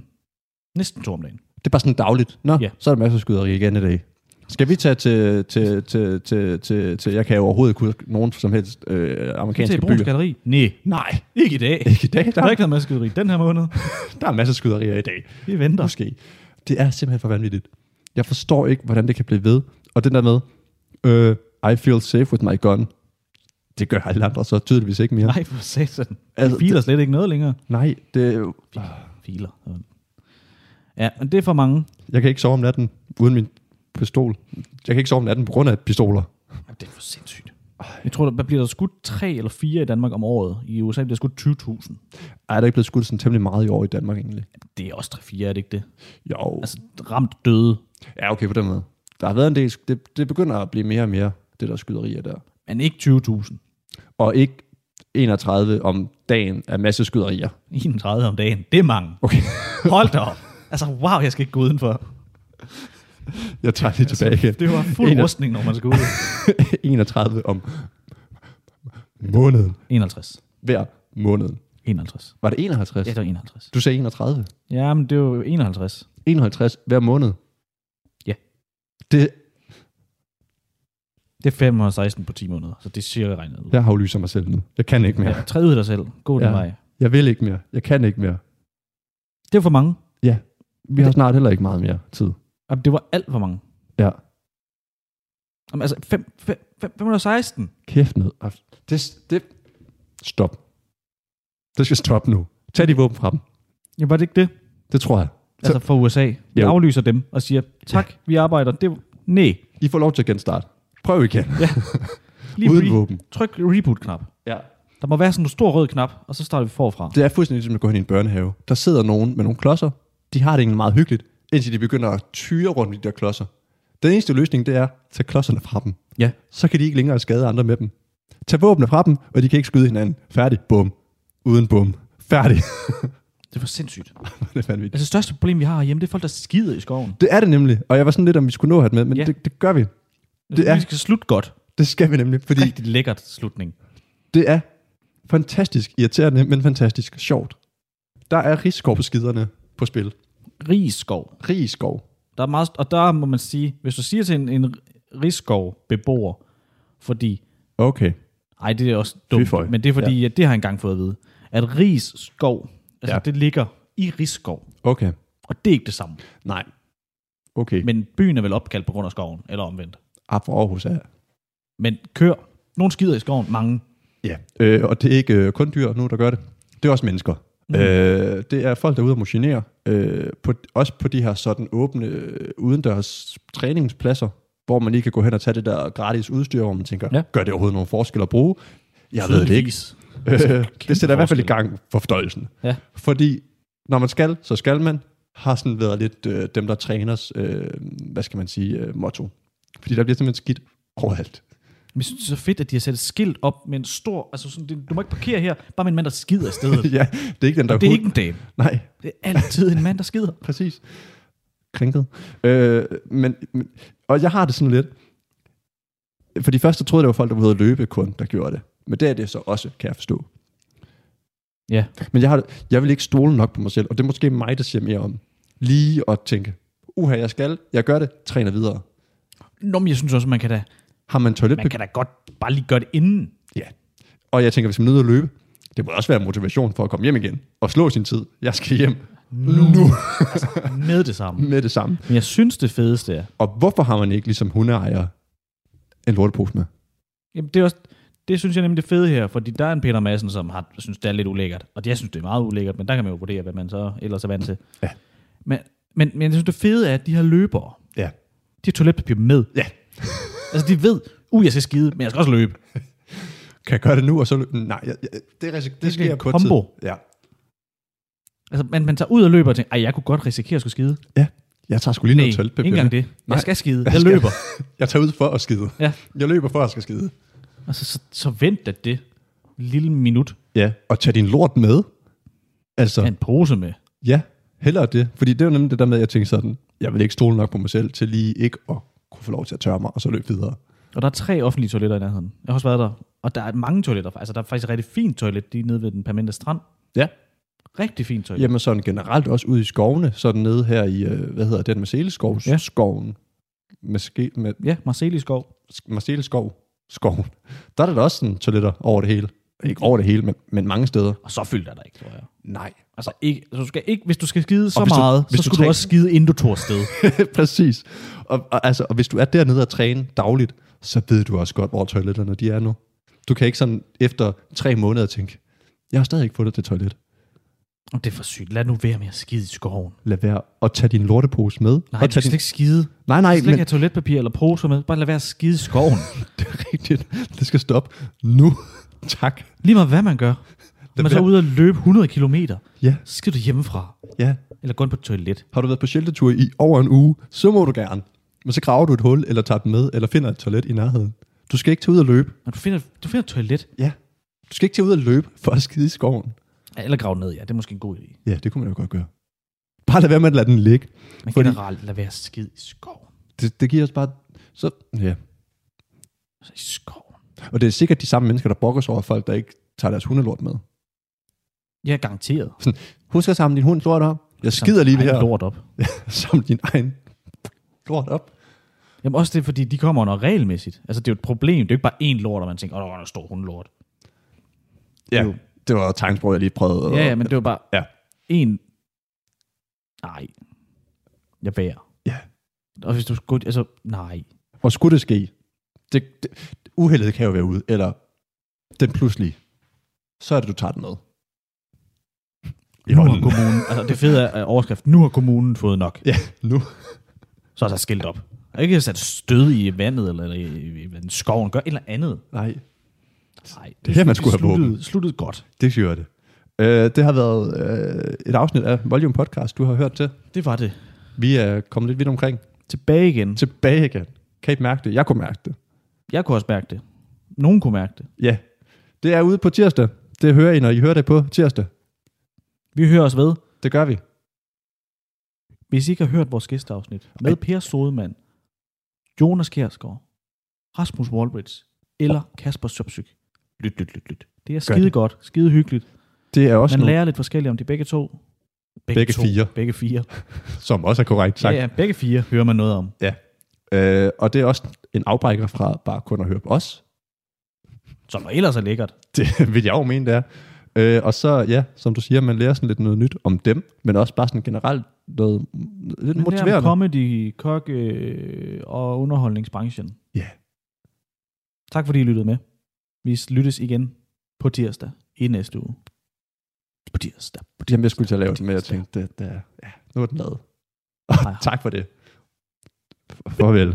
Speaker 4: Næsten to om dagen.
Speaker 3: Det er bare sådan dagligt. Nå,
Speaker 4: Ja.
Speaker 3: så er der masser af skyderi igen i dag. Skal vi tage til, til, til, til, til, til jeg kan jo overhovedet ikke huske nogen som helst øh,
Speaker 4: Kan
Speaker 3: amerikanske
Speaker 4: til Bruns
Speaker 3: byer.
Speaker 4: Galeri? Nej,
Speaker 3: Nej,
Speaker 4: ikke i
Speaker 3: *laughs*
Speaker 4: dag.
Speaker 3: ikke i dag.
Speaker 4: Der
Speaker 3: Der,
Speaker 4: har
Speaker 3: er-
Speaker 4: ikke været masseskyderi den her måned.
Speaker 3: der er masser af skyderier i dag.
Speaker 4: Vi venter.
Speaker 3: Måske. Det er simpelthen for vanvittigt. Jeg forstår ikke, hvordan det kan blive ved. Og den der med, øh, I feel safe with my gun. Det gør alle andre så tydeligvis ikke mere.
Speaker 4: Nej, for satan.
Speaker 3: Altså,
Speaker 4: Altså, filer slet ikke noget længere.
Speaker 3: Nej, det, er jo-
Speaker 4: Filer. Ja, men det er for mange.
Speaker 3: jeg kan ikke sove om natten uden min pistol. Jeg kan ikke sove om natten på grund af pistoler.
Speaker 4: Jamen, det er for sindssygt. Jeg tror, der hvad bliver der skudt tre eller fire i Danmark om året. I USA bliver der skudt 20.000.
Speaker 3: Ej, der er ikke blevet skudt sådan temmelig meget i år i Danmark egentlig.
Speaker 4: Det er også 3-4, er det ikke det?
Speaker 3: Jo.
Speaker 4: Altså, ramt døde.
Speaker 3: Ja, okay, på den måde. Der har været en del, det, det begynder at blive mere og mere, det der skyderier der.
Speaker 4: Men ikke 20.000.
Speaker 3: Og ikke 31 om dagen af masse skyderier.
Speaker 4: 31 om dagen. Det er mange.
Speaker 3: Okay, *laughs*
Speaker 4: Hold da op. Altså, wow, jeg skal ikke gå udenfor.
Speaker 3: jeg tager
Speaker 4: Altså,
Speaker 3: lige tilbage igen.
Speaker 4: Det var fuld
Speaker 3: En af-
Speaker 4: rustning, når man skulle ud.
Speaker 3: 31 om Måneden.
Speaker 4: 51.
Speaker 3: Hver måneden.
Speaker 4: 51.
Speaker 3: Var det 51?
Speaker 4: Ja, det var 51.
Speaker 3: Du sagde 31.
Speaker 4: Ja, men det er jo 51.
Speaker 3: 51 hver måned.
Speaker 4: Ja.
Speaker 3: Det,
Speaker 4: Det er 516 på 10 måneder, så det er cirka regnet ud.
Speaker 3: jeg aflyser mig selv nu. Jeg kan ikke mere.
Speaker 4: Ja, træd ud af dig selv. Gå den
Speaker 3: Ja.
Speaker 4: ja. vej.
Speaker 3: Jeg vil ikke mere. Jeg kan ikke mere.
Speaker 4: Det var for mange.
Speaker 3: Vi har snart heller ikke meget mere tid.
Speaker 4: Jamen, det var alt for mange.
Speaker 3: Ja.
Speaker 4: Jamen, altså, fem- fem- fem- 516.
Speaker 3: Kæft ned. Af- Det, det... Stop. Det skal stoppe nu. Tag de våben frem.
Speaker 4: Ja, var det ikke det?
Speaker 3: Det tror jeg. Så-
Speaker 4: Altså for USA. Vi
Speaker 3: Jo.
Speaker 4: aflyser dem og siger, tak, vi arbejder. Det, nej.
Speaker 3: I får lov til at genstarte. Prøv igen.
Speaker 4: Lige
Speaker 3: Uden
Speaker 4: re-
Speaker 3: våben.
Speaker 4: Tryk reboot-knap.
Speaker 3: Ja.
Speaker 4: Der må være sådan en stor rød knap, og så starter vi forfra.
Speaker 3: Det er fuldstændig som at gå hen i en børnehave. Der sidder nogen med nogle klodser. De har det egentlig meget hyggeligt, indtil de begynder at tyre rundt i de der klodser. Den eneste løsning, det er, at tage klodserne fra dem.
Speaker 4: Ja.
Speaker 3: Så kan de ikke længere skade andre med dem. Tag våbnene fra dem, og de kan ikke skyde hinanden. Færdig. Bum. Uden bum. Færdig. *laughs*
Speaker 4: Det var sindssygt.
Speaker 3: det er vanvittigt.
Speaker 4: Altså det største problem, vi har herhjemme, det er folk, der skider i skoven.
Speaker 3: Det er det nemlig, og jeg var sådan lidt, om vi skulle nå at have det med, men ja.
Speaker 4: Ja.
Speaker 3: det, det gør vi. Det
Speaker 4: Det
Speaker 3: er-
Speaker 4: er... Altså, Vi skal slutte godt.
Speaker 3: Det skal vi nemlig, fordi
Speaker 4: Rigtig lækkert slutning.
Speaker 3: det er fantastisk irriterende, men fantastisk sjovt. Der er rigskov på skiderne på spil.
Speaker 4: Rig skov.
Speaker 3: Rigskov.
Speaker 4: Der er meget, og der må man sige, hvis du siger til en, en rigskov-beboer, fordi,
Speaker 3: Okay.
Speaker 4: ej det er også dumt,
Speaker 3: Fy for.
Speaker 4: men det er fordi, ja. at det har jeg engang fået at vide, at rigsskov,
Speaker 3: Ja.
Speaker 4: altså ja. det ligger i rigsskov,
Speaker 3: Okay.
Speaker 4: og det er ikke det samme.
Speaker 3: Nej. Okay. Men,
Speaker 4: Men byen er vel opkaldt på grund af skoven, eller omvendt.
Speaker 3: ah, for Aarhus er...
Speaker 4: Men kør. Nogle skider i skoven, mange.
Speaker 3: Ja. Øh, og det er ikke øh, kun dyr nu, der gør det. Det er også mennesker. Mm. Øh, det er folk, der er ude og motionere. Øh, på, også på de her sådan åbne, øh, udendørs træningspladser, hvor man lige kan gå hen og tage det der gratis udstyr, hvor man tænker, ja.
Speaker 4: Ja.
Speaker 3: gør det overhovedet nogen forskel at bruge? Jeg ved det ikke.
Speaker 4: Tydeligvis.
Speaker 3: Øh, *laughs* det sætter i hvert fald i
Speaker 4: forskel.
Speaker 3: gang for fordøjelsen.
Speaker 4: Ja.
Speaker 3: Fordi når man skal, så skal man, har sådan været lidt øh, dem, der træners, øh, hvad skal man sige, øh, motto. Fordi der bliver simpelthen skidt overalt.
Speaker 4: Men jeg synes, det er så fedt, at de har sat et skilt op med en stor... Altså sådan, det- du må ikke parkere her, bare med en mand, der skider af
Speaker 3: *laughs*
Speaker 4: stedet.
Speaker 3: ja, det er ikke den, der
Speaker 4: det er
Speaker 3: hul-
Speaker 4: ikke en dame.
Speaker 3: Nej,
Speaker 4: Det er altid en mand, der skider.
Speaker 3: præcis. Krænket. Øh, men, men, og jeg har det sådan lidt, fordi først så troede jeg, det var folk, der var ude at løbe kun, der gjorde det. Men det er det så også, kan jeg forstå.
Speaker 4: Ja.
Speaker 3: Men jeg, har, jeg vil ikke stole nok på mig selv, og det er måske mig, der siger mere om. Lige at tænke, uha, jeg skal, jeg gør det, træner videre.
Speaker 4: Nå, men jeg synes også, man kan da,
Speaker 3: Har man toilet?
Speaker 4: man kan da godt bare lige gøre det inden.
Speaker 3: Ja. Og jeg tænker, hvis man er ude at løbe, det må også være motivation for at komme hjem igen og slå sin tid. Jeg skal hjem nu, nu.
Speaker 4: Altså, Med
Speaker 3: *laughs*
Speaker 4: det samme.
Speaker 3: med det samme.
Speaker 4: Men jeg synes, det fedeste er...
Speaker 3: Og hvorfor har man ikke, ligesom hundeejer, en lortepose med?
Speaker 4: Jamen, det er også... Det synes jeg nemlig det fede her, fordi der er en Peter Madsen, som har, synes, det er lidt ulækkert. Og jeg synes, det er meget ulækkert, men der kan man jo vurdere, hvad man så ellers er vant til.
Speaker 3: Ja.
Speaker 4: Men, men, men jeg synes, det fede er, at de her løbere,
Speaker 3: Ja.
Speaker 4: de har toiletpapir med.
Speaker 3: Ja.
Speaker 4: *laughs* Altså, de ved, uh, jeg skal skide, men jeg skal også løbe.
Speaker 3: Kan jeg gøre det nu, og så løbe? Nej, jeg, jeg, det, risik- det,
Speaker 4: er
Speaker 3: det sker
Speaker 4: en
Speaker 3: på
Speaker 4: combo.
Speaker 3: tid. Ja.
Speaker 4: Altså, man, man tager ud og løber og tænker, ej, jeg kunne godt risikere at skulle skide.
Speaker 3: ja. Jeg tager sgu lige
Speaker 4: Nej,
Speaker 3: noget toiletpapir.
Speaker 4: ikke engang det.
Speaker 3: Nej.
Speaker 4: Jeg skal skide,
Speaker 3: Jeg
Speaker 4: jeg
Speaker 3: skal-
Speaker 4: løber.
Speaker 3: Jeg tager ud for at skide.
Speaker 4: Ja.
Speaker 3: Jeg løber for at skal skide.
Speaker 4: Altså, så, så vent da det lille minut
Speaker 3: Ja. Og tag din lort med. Altså,
Speaker 4: af en pose med.
Speaker 3: Ja, hellere det. Fordi det var nemlig det der med, at jeg tænkte sådan, jeg vil ikke stole nok på mig selv til lige ikke at kunne få lov til at tørre mig, og så løbe videre.
Speaker 4: Og der er tre offentlige toiletter i nærheden. Jeg har også været der. Og der er mange toiletter. Altså, der er faktisk et rigtig fint toilet lige nede ved den permanente strand.
Speaker 3: Ja.
Speaker 4: Rigtig fint toilet.
Speaker 3: Øh. Jamen sådan generelt også ude i skovene, sådan nede her i, øh, hvad hedder den, Marceleskoven? Ja.
Speaker 4: Ja.
Speaker 3: Skoven. Maske, med,
Speaker 4: Ja, Marceli Skov.
Speaker 3: Marceleskov? Skoven. Der er der da også sådan toiletter over det hele. Ikke over det hele, men, men mange steder.
Speaker 4: Og så fyldt er der ikke, tror jeg.
Speaker 3: Nej.
Speaker 4: Altså, ikke, så du skal ikke, hvis du skal skide så
Speaker 3: hvis du-
Speaker 4: meget,
Speaker 3: hvis du
Speaker 4: så skulle du,
Speaker 3: træ-
Speaker 4: også skide, inden du tog *laughs* afsted.
Speaker 3: *laughs* Præcis. Og, og, altså, og hvis du er dernede og træne dagligt, så ved du også godt, hvor toiletterne de er nu. Du kan ikke sådan efter tre måneder tænke, jeg har stadig ikke fundet det toilet.
Speaker 4: Åh, det er for sygt. Lad nu være med at skide i skoven.
Speaker 3: lad være at tage din lortepose med.
Speaker 4: Nej,
Speaker 3: og
Speaker 4: du
Speaker 3: tage
Speaker 4: skal
Speaker 3: din...
Speaker 4: ikke skide.
Speaker 3: nej, nej,
Speaker 4: Du skal
Speaker 3: men
Speaker 4: ikke have toiletpapir eller poser med. Bare lad være at skide i skoven.
Speaker 3: *laughs* det er rigtigt. Det skal stoppe nu. tak.
Speaker 4: *laughs* Lige meget hvad man gør. Om man så
Speaker 3: være-
Speaker 4: er ude og løbe 100 km,
Speaker 3: Ja,
Speaker 4: så skal du hjemmefra.
Speaker 3: ja.
Speaker 4: Eller gå ind på et toilet.
Speaker 3: Har du været på sheltertur i over en uge, så må du gerne. Men så graver du et hul, eller tager den med, eller finder et toilet i nærheden. Du skal ikke tage ud og løbe.
Speaker 4: Når du finder, du finder et toilet,
Speaker 3: Ja. Du skal ikke tage ud og løbe for at skide i skoven.
Speaker 4: ja, eller grav ned, ja. Det er måske en god idé.
Speaker 3: Ja, det kunne man jo godt gøre. Bare lad være med at lade den ligge.
Speaker 4: Men
Speaker 3: Fordi-
Speaker 4: Fordi... generelt, lad være at skide i skoven.
Speaker 3: Det, det giver os bare... Så, ja.
Speaker 4: Altså i skoven.
Speaker 3: Og det er sikkert de samme mennesker, der brokker sig over folk, der ikke tager deres hundelort med.
Speaker 4: Ja, garanteret.
Speaker 3: Husk at samle din hund lort op. Jeg skider lige ved
Speaker 4: Ej,
Speaker 3: her.
Speaker 4: lort op.
Speaker 3: Samle din egen lort op.
Speaker 4: Jamen også det, er, fordi de kommer under regelmæssigt. Altså det er jo et problem. Det er jo ikke bare én lort, og man tænker, åh, der er en stor hundlort.
Speaker 3: Ja, det var tegnsprog, jeg lige prøvede.
Speaker 4: Ja, ja, men det er jo bare
Speaker 3: Ja.
Speaker 4: én... Nej. Jeg bærer.
Speaker 3: Ja.
Speaker 4: Og hvis du skulle... Altså, nej.
Speaker 3: Og skulle det ske, det, det, uheldet kan jo være ude, eller den pludselig, så er det, du tager den med. I
Speaker 4: Nu har
Speaker 3: hånden.
Speaker 4: kommunen... altså det fede er øh, overskriften. Nu har kommunen fået nok.
Speaker 3: Ja, nu.
Speaker 4: Så er der skilt op. Og ikke sat stød i vandet, eller, eller i, i, i skoven. Gør et eller andet.
Speaker 3: Nej,
Speaker 4: Nej.
Speaker 3: Det er her, man skulle have
Speaker 4: sluttede-
Speaker 3: våben.
Speaker 4: Sluttede godt.
Speaker 3: det syrer det. Øh, det har været øh, et afsnit af Volume Podcast, du har hørt til.
Speaker 4: Det var det.
Speaker 3: Vi er kommet lidt vidt omkring.
Speaker 4: Tilbage igen.
Speaker 3: Tilbage igen. Kan I ikke mærke det? Jeg kunne mærke det.
Speaker 4: Jeg kunne også mærke det. Nogen kunne mærke det.
Speaker 3: Ja. Det er ude på tirsdag. Det hører I, når I hører det på tirsdag.
Speaker 4: Vi hører os ved.
Speaker 3: Det gør vi.
Speaker 4: Hvis I ikke har hørt vores gæsteafsnit med
Speaker 3: Ej.
Speaker 4: Per Sodemann, Jonas Kjærsgaard, Rasmus Wallbridge eller Kasper Søbsyk, lyt, lyt, lyt, lyt. Det er
Speaker 3: Gør
Speaker 4: skide
Speaker 3: det.
Speaker 4: godt, skide hyggeligt.
Speaker 3: Det er også
Speaker 4: Man
Speaker 3: noget,
Speaker 4: lærer lidt forskelligt om de begge to.
Speaker 3: Begge fire.
Speaker 4: Begge fire.
Speaker 3: som også er korrekt *laughs*
Speaker 4: Ja,
Speaker 3: sagt.
Speaker 4: ja, begge fire hører man noget om.
Speaker 3: ja. Øh, og det er også en afbrækker fra bare kun at høre på os.
Speaker 4: Som ellers er lækkert.
Speaker 3: Det *laughs* vil jeg jo mene, det er. Øh, og så, ja, som du siger, man lærer sådan lidt noget nyt om dem, men også bare sådan generelt noget lidt
Speaker 4: Men det er om
Speaker 3: motiverende.
Speaker 4: comedy, kok øh, og underholdningsbranchen.
Speaker 3: Ja.
Speaker 4: Tak fordi I lyttede med. Vi lyttes igen på tirsdag i næste uge. På tirsdag.
Speaker 3: Jamen, jeg skulle til at lave det med, jeg tænkte, det, det er, ja, nu er den lavet.
Speaker 4: Hej.
Speaker 3: *laughs* tak for det. Farvel.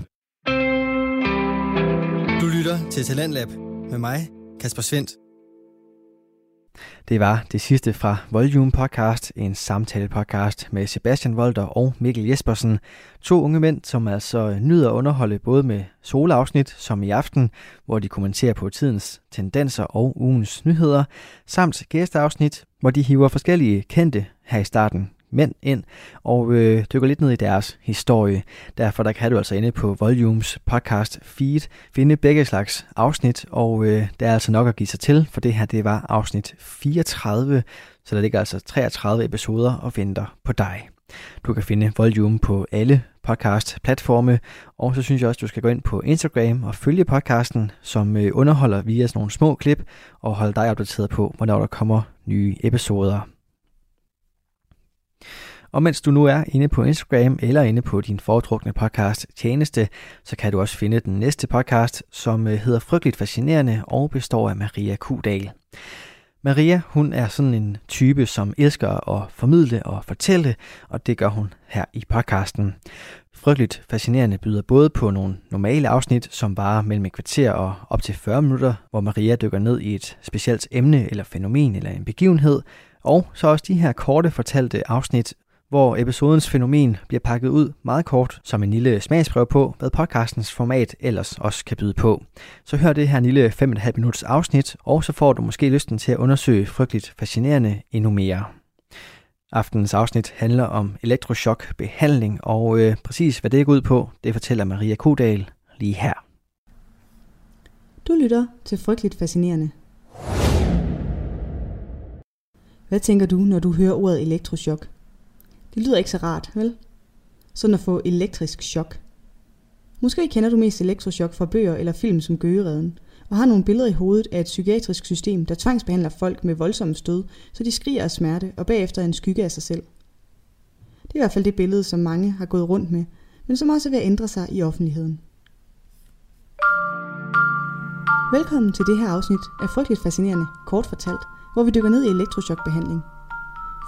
Speaker 1: Du lytter til Talentlab med mig, Kasper Svendt.
Speaker 2: Det var det sidste fra Volume Podcast, en samtale-podcast med Sebastian Volter og Mikkel Jespersen. To unge mænd, som altså nyder at underholde både med solafsnit, som i aften, hvor de kommenterer på tidens tendenser og ugens nyheder, samt gæsteafsnit, hvor de hiver forskellige kendte her i starten mænd ind og øh, dykker lidt ned i deres historie. Derfor der kan du altså inde på Volumes podcast feed finde begge slags afsnit, og øh, der er altså nok at give sig til, for det her det var afsnit 34, så der ligger altså 33 episoder og venter på dig. Du kan finde Volume på alle podcast-platforme, og så synes jeg også, du skal gå ind på Instagram og følge podcasten, som øh, underholder via sådan nogle små klip, og holde dig opdateret på, hvornår der kommer nye episoder. Og mens du nu er inde på Instagram eller inde på din foretrukne podcast tjeneste, så kan du også finde den næste podcast, som øh, hedder Frygteligt Fascinerende og består af Maria Kudal. Maria, hun er sådan en type, som elsker at formidle og fortælle, og det gør hun her i podcasten. Frygteligt Fascinerende byder både på nogle normale afsnit, som varer mellem et kvarter og op til 40 minutter, hvor Maria dykker ned i et specielt emne eller fænomen eller en begivenhed, og så også de her korte fortalte afsnit, hvor episodens fænomen bliver pakket ud meget kort som en lille smagsprøve på, hvad podcastens format ellers også kan byde på. Så hør det her lille 5,5 minutters afsnit, og så får du måske lysten til at undersøge frygteligt fascinerende endnu mere. Aftenens afsnit handler om elektrochokbehandling, og øh, præcis hvad det går ud på, det fortæller Maria Kodal lige her.
Speaker 5: Du lytter til Frygteligt Fascinerende. Hvad tænker du, når du hører ordet elektrochok? Det lyder ikke så rart, vel? Sådan at få elektrisk chok. Måske kender du mest elektrochok fra bøger eller film som Gøgereden, og har nogle billeder i hovedet af et psykiatrisk system, der tvangsbehandler folk med voldsomme stød, så de skriger af smerte og bagefter er en skygge af sig selv. Det er i hvert fald det billede, som mange har gået rundt med, men som også er ved at ændre sig i offentligheden. Velkommen til det her afsnit af Frygteligt Fascinerende, kort fortalt, hvor vi dykker ned i elektrochokbehandling.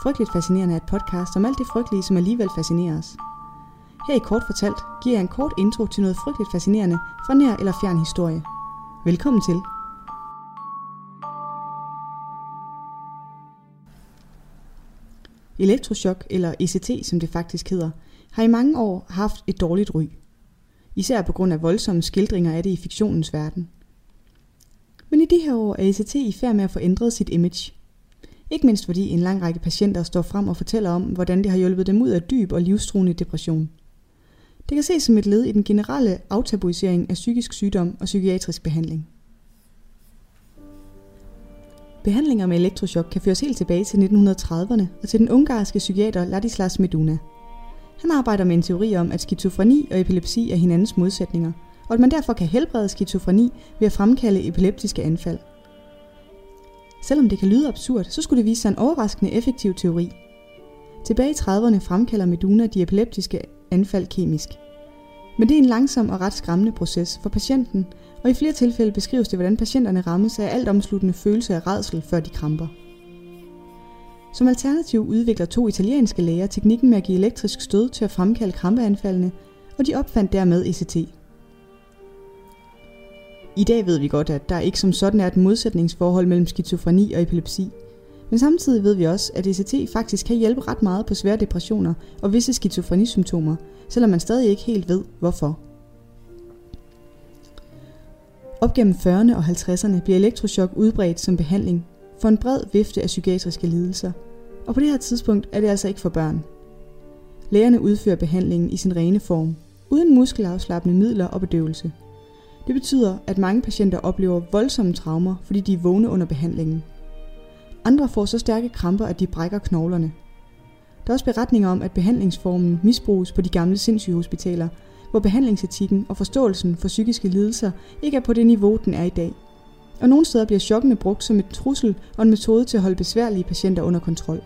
Speaker 5: Frygteligt Fascinerende er et podcast om alt det frygtelige, som alligevel fascinerer os. Her i Kort Fortalt giver jeg en kort intro til noget frygteligt fascinerende fra nær eller fjern historie. Velkommen til. Elektrochok, eller ECT som det faktisk hedder, har i mange år haft et dårligt ry. Især på grund af voldsomme skildringer af det i fiktionens verden. Men i de her år er ECT i færd med at få ændret sit image. Ikke mindst fordi en lang række patienter står frem og fortæller om, hvordan det har hjulpet dem ud af dyb og livstruende depression. Det kan ses som et led i den generelle aftabuisering af psykisk sygdom og psykiatrisk behandling. Behandlinger med elektrochok kan føres helt tilbage til 1930'erne og til den ungarske psykiater Ladislas Meduna. Han arbejder med en teori om, at skizofreni og epilepsi er hinandens modsætninger, og at man derfor kan helbrede skizofreni ved at fremkalde epileptiske anfald. Selvom det kan lyde absurd, så skulle det vise sig en overraskende effektiv teori. Tilbage i 30'erne fremkalder Meduna de epileptiske anfald kemisk. Men det er en langsom og ret skræmmende proces for patienten, og i flere tilfælde beskrives det, hvordan patienterne rammes af altomsluttende følelse af redsel, før de kramper. Som alternativ udvikler to italienske læger teknikken med at give elektrisk stød til at fremkalde krampeanfaldene, og de opfandt dermed E ECT. I dag ved vi godt, at der ikke som sådan er et modsætningsforhold mellem skizofreni og epilepsi. Men samtidig ved vi også, at ECT faktisk kan hjælpe ret meget på svære depressioner og visse skizofrenisymptomer, selvom man stadig ikke helt ved, hvorfor. Op gennem 40'erne og 50'erne bliver elektrochok udbredt som behandling for en bred vifte af psykiatriske lidelser, og på det her tidspunkt er det altså ikke for børn. Lægerne udfører behandlingen i sin rene form, uden muskelafslappende midler og bedøvelse. Det betyder, at mange patienter oplever voldsomme traumer, fordi de er vågne under behandlingen. Andre får så stærke kramper, at de brækker knoglerne. Der er også beretninger om, at behandlingsformen misbruges på de gamle sindssygehospitaler, hvor behandlingsetikken og forståelsen for psykiske lidelser ikke er på det niveau, den er i dag. Og nogle steder bliver chokkene brugt som et trussel og en metode til at holde besværlige patienter under kontrol.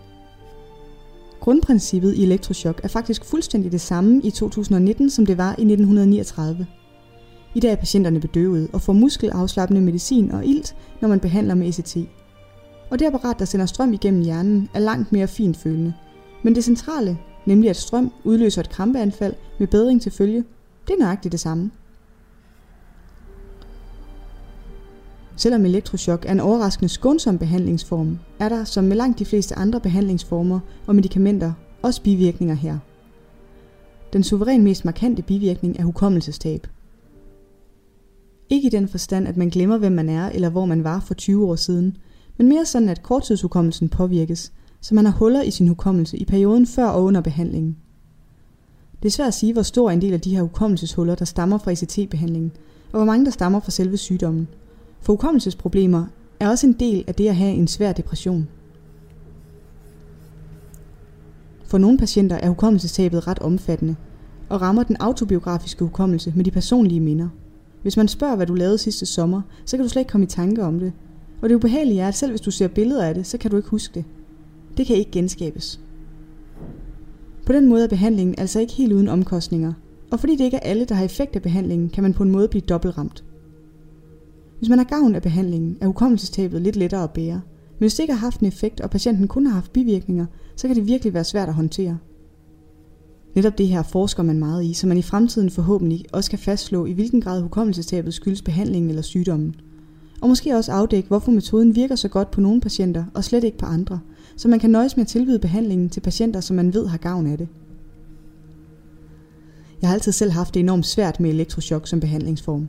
Speaker 5: Grundprincippet i elektrochok er faktisk fuldstændig det samme i 2019, som det var i 1939. I dag er patienterne bedøvede og får muskelafslappende medicin og ilt, når man behandler med ECT. Og det apparat, der sender strøm igennem hjernen, er langt mere fintfølende. Men det centrale, nemlig at strøm udløser et krampeanfald med bedring til følge, det er nøjagtigt det samme. Selvom elektrochok er en overraskende skånsom behandlingsform, er der, som med langt de fleste andre behandlingsformer og medicamenter, også bivirkninger her. Den suveræn mest markante bivirkning er hukommelsestab. Ikke i den forstand, at man glemmer, hvem man er eller hvor man var for 20 år siden, men mere sådan, at korttidshukommelsen påvirkes, så man har huller i sin hukommelse i perioden før og under behandlingen. Det er svært at sige, hvor stor en del af de her hukommelseshuller, der stammer fra ECT-behandlingen, og hvor mange der stammer fra selve sygdommen. For hukommelsesproblemer er også en del af det at have en svær depression. For nogle patienter er hukommelsestabet ret omfattende, og rammer den autobiografiske hukommelse med de personlige minder. Hvis man spørger, hvad du lavede sidste sommer, så kan du slet ikke komme i tanke om det. Og det ubehagelige er, at selv hvis du ser billeder af det, så kan du ikke huske det. Det kan ikke genskabes. På den måde er behandlingen altså ikke helt uden omkostninger, og fordi det ikke er alle, der har effekt af behandlingen, kan man på en måde blive dobbelt ramt. Hvis man har gavn af behandlingen, er hukommelsestabet lidt lettere at bære, men hvis det ikke har haft en effekt, og patienten kun har haft bivirkninger, så kan det virkelig være svært at håndtere. Netop det her forsker man meget i, så man i fremtiden forhåbentlig også kan fastslå, i hvilken grad hukommelsestabet skyldes behandlingen eller sygdommen. Og måske også afdække, hvorfor metoden virker så godt på nogle patienter og slet ikke på andre, så man kan nøjes med at tilbyde behandlingen til patienter, som man ved har gavn af det. Jeg har altid selv haft det enormt svært med elektrochok som behandlingsform.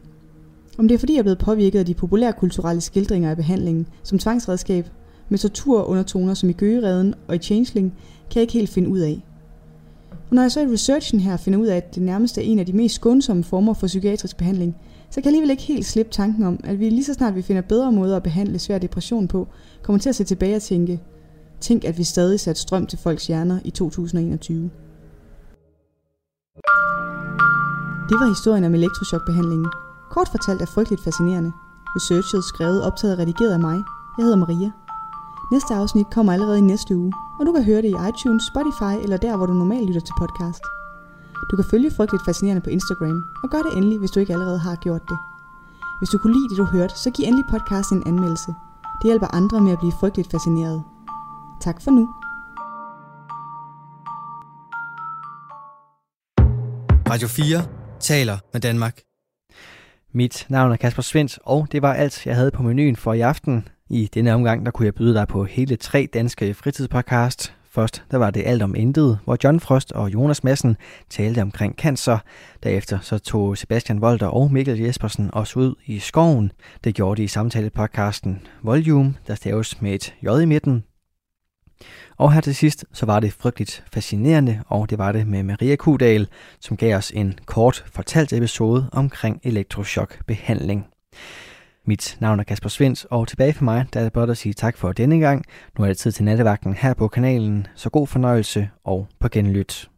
Speaker 5: Om det er fordi, jeg er blevet påvirket af de populærkulturelle skildringer af behandlingen som tvangsredskab, med tortur undertoner som i gøgereden og i changeling, kan jeg ikke helt finde ud af. Og når jeg så i researchen her finder ud af, at det nærmest er en af de mest skånsomme former for psykiatrisk behandling, så kan jeg alligevel ikke helt slippe tanken om, at vi lige så snart vi finder bedre måder at behandle svær depression på, kommer til at se tilbage og tænke, tænk at vi stadig satte strøm til folks hjerner i 2021. Det var historien om elektrochokbehandlingen. Kort fortalt er frygteligt fascinerende. Researchet skrevet, optaget og redigeret af mig. Jeg hedder Maria. Næste afsnit kommer allerede i næste uge, og du kan høre det i iTunes, Spotify eller der, hvor du normalt lytter til podcast. Du kan følge Frygteligt Fascinerende på Instagram, og gør det endelig, hvis du ikke allerede har gjort det. Hvis du kunne lide det, du hørte, så giv endelig podcasten en anmeldelse. Det hjælper andre med at blive frygteligt fascineret. Tak for nu.
Speaker 1: Radio 4 taler med Danmark.
Speaker 2: Mit navn er Kasper Svens, og det var alt, jeg havde på menuen for i aften. I denne omgang, der kunne jeg byde dig på hele tre danske fritidspodcast. Først, der var det Alt om Intet, hvor John Frost og Jonas Madsen talte omkring cancer. Derefter så tog Sebastian Volter og Mikkel Jespersen os ud i skoven. Det gjorde de i samtalepodcasten Volume, der staves med et J i midten. Og her til sidst, så var det frygteligt fascinerende, og det var det med Maria Kudal, som gav os en kort fortalt episode omkring elektrochokbehandling. Mit navn er Kasper Svens, og tilbage for mig, der er det blot at sige tak for denne gang. Nu er det tid til nattevagten her på kanalen, så god fornøjelse og på genlyt.